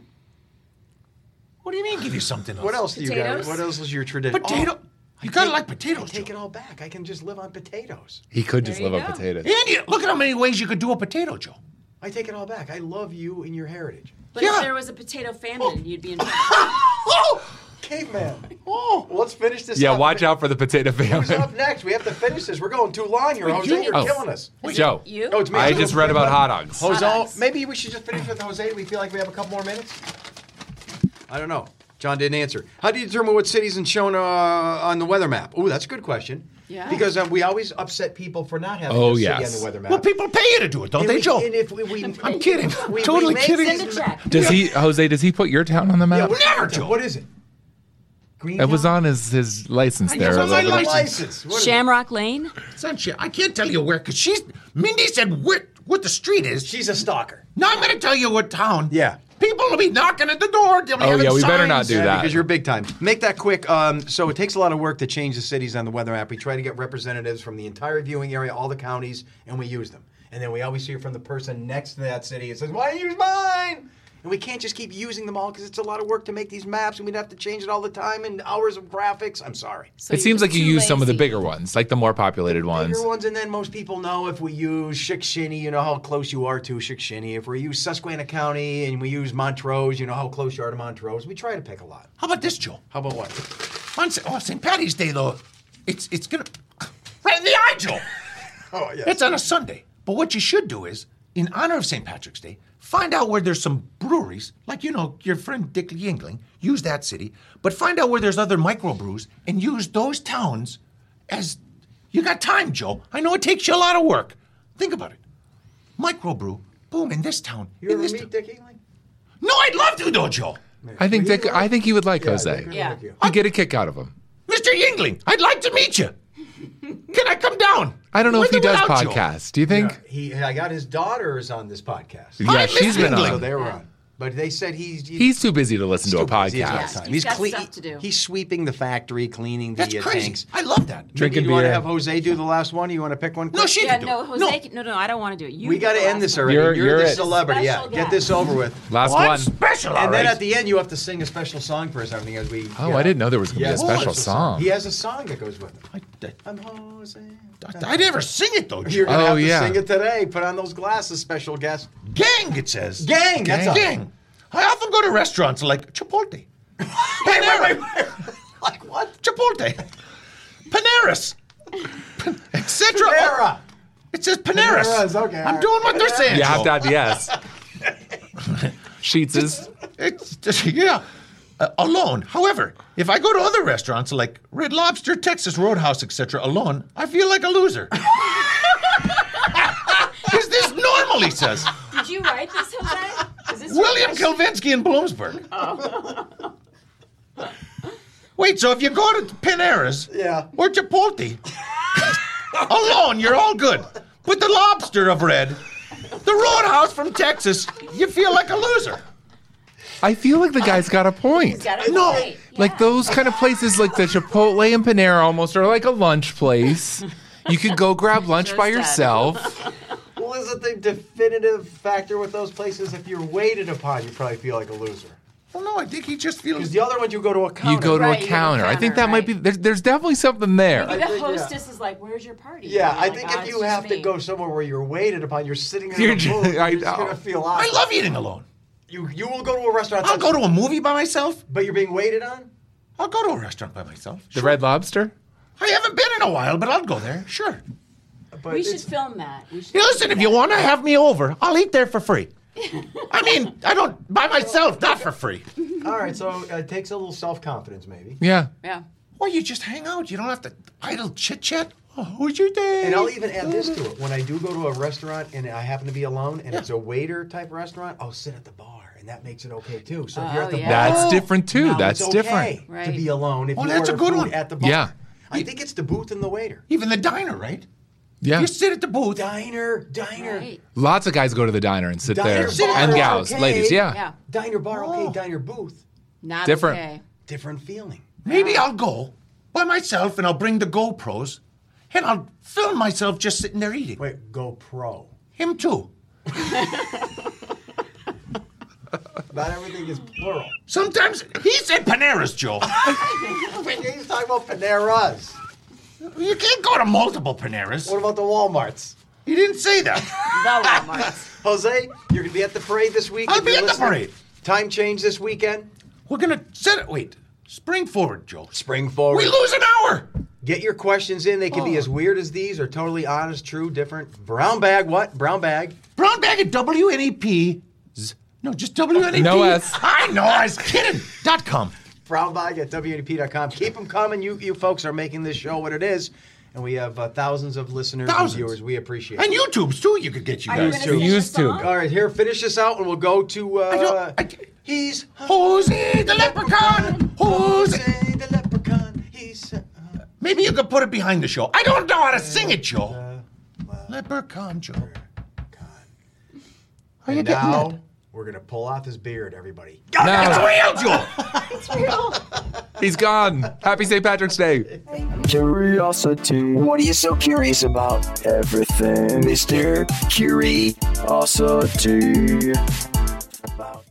Speaker 3: What do you mean? Give you something else?
Speaker 2: What else do you got?
Speaker 5: Potatoes?
Speaker 2: What else is your tradition? Oh,
Speaker 3: Potato. you gotta like potatoes,
Speaker 2: Take it
Speaker 3: Joe.
Speaker 2: all back. I can just live on potatoes.
Speaker 4: He could just
Speaker 5: There
Speaker 4: live
Speaker 5: you
Speaker 4: on
Speaker 5: go.
Speaker 4: potatoes.
Speaker 3: And you, look at how many ways you could do a potato, Joe.
Speaker 2: I take it all back. I love you and your heritage.
Speaker 5: But
Speaker 3: Yeah.
Speaker 5: if there was a potato famine, you'd be in trouble.
Speaker 3: Oh!
Speaker 2: Caveman. Oh, let's finish this.
Speaker 4: Yeah,
Speaker 2: up.
Speaker 4: watch out for the potato
Speaker 2: Who's
Speaker 4: family.
Speaker 2: up next? We have to finish this. We're going too long here, Jose.
Speaker 3: you-
Speaker 2: You're
Speaker 4: Oh.
Speaker 2: killing us.
Speaker 4: Joe,
Speaker 5: you?
Speaker 2: Oh, it's me.
Speaker 4: I just read about hot dogs.
Speaker 2: Jose.
Speaker 5: Hot dogs.
Speaker 2: Maybe we should just finish with Jose. Do we feel like we have a couple more minutes? I don't know. John didn't answer. How do you determine what city's and shown uh, on the weather map? Oh, that's a good question.
Speaker 5: Yeah.
Speaker 2: Because um, we always upset people for not having
Speaker 4: Oh,
Speaker 2: a city
Speaker 4: yes.
Speaker 2: on the weather map.
Speaker 3: Well, people pay you to do it, don't
Speaker 2: and
Speaker 3: they,
Speaker 2: we,
Speaker 3: Joe?
Speaker 2: And if we, we,
Speaker 3: I'm kidding.
Speaker 2: we- we
Speaker 3: totally
Speaker 2: make
Speaker 3: kidding.
Speaker 5: Send a check.
Speaker 4: Does he, Jose? Does he put your town on the
Speaker 2: Yeah,
Speaker 4: map?
Speaker 2: what-
Speaker 3: Never, Joe.
Speaker 2: What is it? Green.
Speaker 4: It was on his, his license
Speaker 3: it's
Speaker 4: there.
Speaker 3: on my
Speaker 4: Elizabeth.
Speaker 3: license.
Speaker 2: license. What is it?
Speaker 5: Shamrock Lane?
Speaker 3: Sunshine, I can't tell you where, because she's. Mindy said where, what the street is.
Speaker 2: She's a stalker.
Speaker 3: Now I'm going to tell you what town.
Speaker 2: Yeah.
Speaker 3: People will be knocking at the door. They'll be
Speaker 4: Oh,
Speaker 3: having
Speaker 4: yeah, we better not
Speaker 3: signs.
Speaker 4: do that.
Speaker 2: because you're big time. Make that quick. Um, so it takes a lot of work to change the cities on the weather app. We try to get representatives from the entire viewing area, all the counties, and we use them. And then we always hear from the person next to that city. It says, "Why do you use mine?" And we can't just keep using them all because it's a lot of work to make these maps, and we'd have to change it all the time and hours of graphics. I'm sorry.
Speaker 5: So
Speaker 4: It seems
Speaker 5: you're
Speaker 4: like you
Speaker 5: too
Speaker 4: use some of the
Speaker 5: lazy.
Speaker 4: bigger ones, like the more populated ones.
Speaker 2: Bigger ones, and then most people know if we use Shikshini, you know how close you are to Shikshini. If we use Susquehanna County and we use Montrose, you know how close you are to Montrose. We try to pick a lot.
Speaker 3: How about this, Joe?
Speaker 2: How about what?
Speaker 3: On Sa- oh, St. Patty's Day, though, it's it's going to. Right in the eye, Joe.
Speaker 2: Oh yeah.
Speaker 3: It's on a Sunday. But what you should do is, in honor of St. Patrick's Day, find out where there's some breweries, like, you know, your friend Dick Yingling, use that city, but find out where there's other microbrews and use those towns as. You got time, Joe. I know it takes you a lot of work. Think about it. Microbrew, boom, in this town.
Speaker 2: you
Speaker 3: in
Speaker 2: ever
Speaker 3: this
Speaker 2: meet
Speaker 3: town.
Speaker 2: Dick Ealing?
Speaker 3: No, I'd love to, though, Joe.
Speaker 4: I think
Speaker 2: Well,
Speaker 4: Dick.
Speaker 2: you
Speaker 4: I think he would like Jose.
Speaker 2: Dick would
Speaker 5: Yeah.
Speaker 2: like you.
Speaker 4: You get a kick out of him.
Speaker 3: Mr. Yingling, I'd like to meet you. Can I come down?
Speaker 4: I don't know if
Speaker 3: With
Speaker 4: he
Speaker 3: or
Speaker 4: does
Speaker 3: without Joe?
Speaker 4: podcasts. Do you think?
Speaker 2: He, I got his daughters on this podcast.
Speaker 4: Yeah,
Speaker 3: Hi,
Speaker 4: she's
Speaker 3: Miss
Speaker 4: been
Speaker 3: England.
Speaker 2: So
Speaker 4: on.
Speaker 2: they were on. But they said he's
Speaker 4: He's too busy to listen to a
Speaker 2: too busy all the
Speaker 4: podcast.
Speaker 5: Yeah.
Speaker 2: time.
Speaker 5: He's got stuff to do.
Speaker 2: He's sweeping the factory, cleaning the
Speaker 3: That's
Speaker 2: uh,
Speaker 3: crazy.
Speaker 2: tanks.
Speaker 3: I love that.
Speaker 4: Drinking
Speaker 2: you want to
Speaker 4: beer.
Speaker 2: have Jose do the last one? You want to pick one?
Speaker 3: No,
Speaker 2: quick?
Speaker 3: she
Speaker 5: Yeah,
Speaker 3: can do
Speaker 5: no,
Speaker 3: it.
Speaker 5: Jose. can- No, no, I don't want to do it. You
Speaker 2: We
Speaker 5: do
Speaker 2: got to
Speaker 5: the
Speaker 2: end
Speaker 5: last
Speaker 2: this
Speaker 5: one.
Speaker 2: already.
Speaker 4: You're-
Speaker 2: You're,
Speaker 4: you're
Speaker 2: the
Speaker 4: it.
Speaker 2: celebrity. Yeah,
Speaker 5: Special
Speaker 2: get
Speaker 5: guest.
Speaker 2: this over with.
Speaker 4: Last
Speaker 3: One
Speaker 4: one.
Speaker 3: special. all
Speaker 2: and then
Speaker 3: right.
Speaker 2: at the end, you have to sing a special song for us. I think as we.
Speaker 4: Oh, I didn't know there was going to
Speaker 2: Yeah,
Speaker 4: be a special song.
Speaker 2: He has a song that goes with it.
Speaker 3: I-
Speaker 2: I'm Jose.
Speaker 3: I, I never sing it though.
Speaker 2: You're
Speaker 3: You're
Speaker 2: gonna
Speaker 4: Oh,
Speaker 2: have to
Speaker 4: yeah.
Speaker 2: sing it today. Put on those glasses, special guest.
Speaker 3: gang. It says
Speaker 2: Gang, that's all.
Speaker 3: gang. I often go to restaurants like Chipotle, Panera,
Speaker 2: Like what?
Speaker 3: Chipotle, Paneras, etc.
Speaker 2: Era.
Speaker 3: It says Paneras.
Speaker 2: Paneras, okay,
Speaker 3: I'm
Speaker 2: all
Speaker 3: doing what they're saying.
Speaker 4: You have
Speaker 3: Joe.
Speaker 4: to add the S. Sheets is.
Speaker 3: It's just, yeah, uh, alone. However, if I go to other restaurants like Red Lobster, Texas Roadhouse, etc., alone, I feel like a loser. Is this normal? He says.
Speaker 5: Did you write this, Jose? Is this your
Speaker 3: William
Speaker 5: question?
Speaker 3: Kelvinsky in Bloomsburg. Wait, so if you go to Panera's
Speaker 2: Yeah.
Speaker 3: or Chipotle alone, you're all good. But the lobster of red, the roadhouse from Texas, you feel like a loser.
Speaker 4: I feel like the guy's got a
Speaker 5: He's
Speaker 4: point.
Speaker 5: got it
Speaker 3: No.
Speaker 5: right.
Speaker 4: Like
Speaker 5: Yeah.
Speaker 4: those kind of places, like the Chipotle and Panera, almost are like a lunch place. You could go grab lunch by
Speaker 5: Just add.
Speaker 4: yourself.
Speaker 2: Well, isn't the definitive factor with those places if you're waited upon, you probably feel like a loser.
Speaker 3: Well, no, I think he just
Speaker 2: Because
Speaker 3: feels.
Speaker 2: the other ones you go to a counter.
Speaker 4: You go to
Speaker 5: Right, you
Speaker 4: a
Speaker 5: go to
Speaker 4: counter. I think that
Speaker 5: counter,
Speaker 4: might be.
Speaker 5: right.
Speaker 4: There's, there's definitely something there.
Speaker 5: The
Speaker 2: think, yeah.
Speaker 5: hostess is like, "Where's your party?"
Speaker 2: Yeah,
Speaker 5: And
Speaker 2: I
Speaker 5: you're
Speaker 2: think
Speaker 5: like, "Ah,
Speaker 2: if
Speaker 5: it's
Speaker 2: you
Speaker 5: just
Speaker 2: have to
Speaker 5: me."
Speaker 2: go somewhere where you're waited upon, you're sitting there
Speaker 4: You're
Speaker 2: in the
Speaker 4: ju-
Speaker 2: booth,
Speaker 4: I
Speaker 2: you're just
Speaker 4: know.
Speaker 2: gonna feel
Speaker 3: I
Speaker 2: awesome.
Speaker 3: love eating alone.
Speaker 2: you. You will go to a restaurant.
Speaker 3: I'll go to a movie by myself.
Speaker 2: But you're being waited on.
Speaker 3: I'll go to a restaurant by myself.
Speaker 4: The Red Lobster.
Speaker 3: I haven't been in a while, but I'll go there. Sure.
Speaker 2: But
Speaker 5: We should
Speaker 2: it's-
Speaker 5: film that. We should
Speaker 3: Hey, listen,
Speaker 5: film
Speaker 3: if you
Speaker 5: that.
Speaker 3: want to have me over, I'll eat there for free. I mean, I don't by myself, not for free.
Speaker 2: All right, so uh, it takes a little self confidence, maybe.
Speaker 4: Yeah.
Speaker 5: Yeah.
Speaker 3: Or you just hang out. You don't have to idle chit chat. Oh, who's your day?
Speaker 2: And I'll even add this to it: when I do go to a restaurant and I happen to be alone, and it's a waiter type restaurant, I'll sit at the bar, and that makes it okay too. So if you're at
Speaker 5: Oh,
Speaker 2: the
Speaker 5: yeah.
Speaker 2: bar,
Speaker 4: That's different too.
Speaker 2: now
Speaker 4: That's
Speaker 2: it's
Speaker 4: different.
Speaker 2: okay to
Speaker 5: Right.
Speaker 2: be alone. If
Speaker 3: Oh,
Speaker 2: you
Speaker 3: that's a
Speaker 2: order
Speaker 3: good
Speaker 2: food
Speaker 3: one.
Speaker 2: At the bar,
Speaker 4: Yeah.
Speaker 2: I think it's the booth and the waiter.
Speaker 3: Even the diner, right?
Speaker 4: Yeah.
Speaker 3: You sit at the booth.
Speaker 2: Diner, diner,
Speaker 5: Right.
Speaker 4: Lots of guys go to the diner and sit
Speaker 2: Diner
Speaker 4: there.
Speaker 2: bar,
Speaker 4: and gals,
Speaker 2: okay.
Speaker 4: ladies. Yeah.
Speaker 5: Yeah.
Speaker 2: diner bar,
Speaker 3: Oh.
Speaker 2: okay, diner booth,
Speaker 5: Not
Speaker 4: Different.
Speaker 5: okay.
Speaker 2: different feeling.
Speaker 3: Maybe I'll go by myself and I'll bring the GoPros and I'll film myself just sitting there eating.
Speaker 2: Wait, GoPro.
Speaker 3: Him too.
Speaker 2: Not everything is plural.
Speaker 3: Sometimes he said Panera's, Joe.
Speaker 2: He's talking about Paneras.
Speaker 3: you can't go to multiple Paneras.
Speaker 2: What about the Walmarts?
Speaker 3: He didn't say that.
Speaker 5: The Walmart.
Speaker 2: Jose, you're gonna be at the parade this week.
Speaker 3: I'll
Speaker 2: if
Speaker 3: be
Speaker 2: you're
Speaker 3: at the
Speaker 2: listening.
Speaker 3: parade.
Speaker 2: Time change this weekend.
Speaker 3: We're gonna set it. Wait, spring forward, Joe.
Speaker 2: Spring forward.
Speaker 3: We lose Oh. an hour.
Speaker 2: Get your questions in. They can be as weird as these or totally honest, true, different. Brown bag, what? Brown bag.
Speaker 3: Brown bag at WNEP. E No, just WNEP.
Speaker 4: No S.
Speaker 3: I know. I was kidding. Dot com.
Speaker 2: Brown bag at WNP.com. Keep them coming. You, you folks are making this show what it is. And we have uh, thousands of listeners
Speaker 3: Thousands.
Speaker 2: and viewers. We appreciate
Speaker 3: And
Speaker 2: it.
Speaker 3: YouTube's too. You could get you
Speaker 5: Are you
Speaker 3: guys
Speaker 5: gonna
Speaker 4: too.
Speaker 5: sing the
Speaker 4: Used to.
Speaker 5: song?
Speaker 2: All right, here, finish this out and we'll go to. Uh,
Speaker 3: I don't- I ca-
Speaker 2: he's
Speaker 3: Jose the leprechaun. Jose.
Speaker 2: Jose the leprechaun. He's. uh,
Speaker 3: Maybe you could put it behind the show. I don't know how to sing it, Joe. Leprechaun Joe. How you getting
Speaker 2: now
Speaker 3: that?
Speaker 2: we're going to pull out his beard, everybody.
Speaker 3: It's
Speaker 4: No,
Speaker 3: real, Joe.
Speaker 4: he's gone. Happy St. Patrick's Day.
Speaker 1: Curiosity. What are you so curious about? Everything, Mr. Curiosity.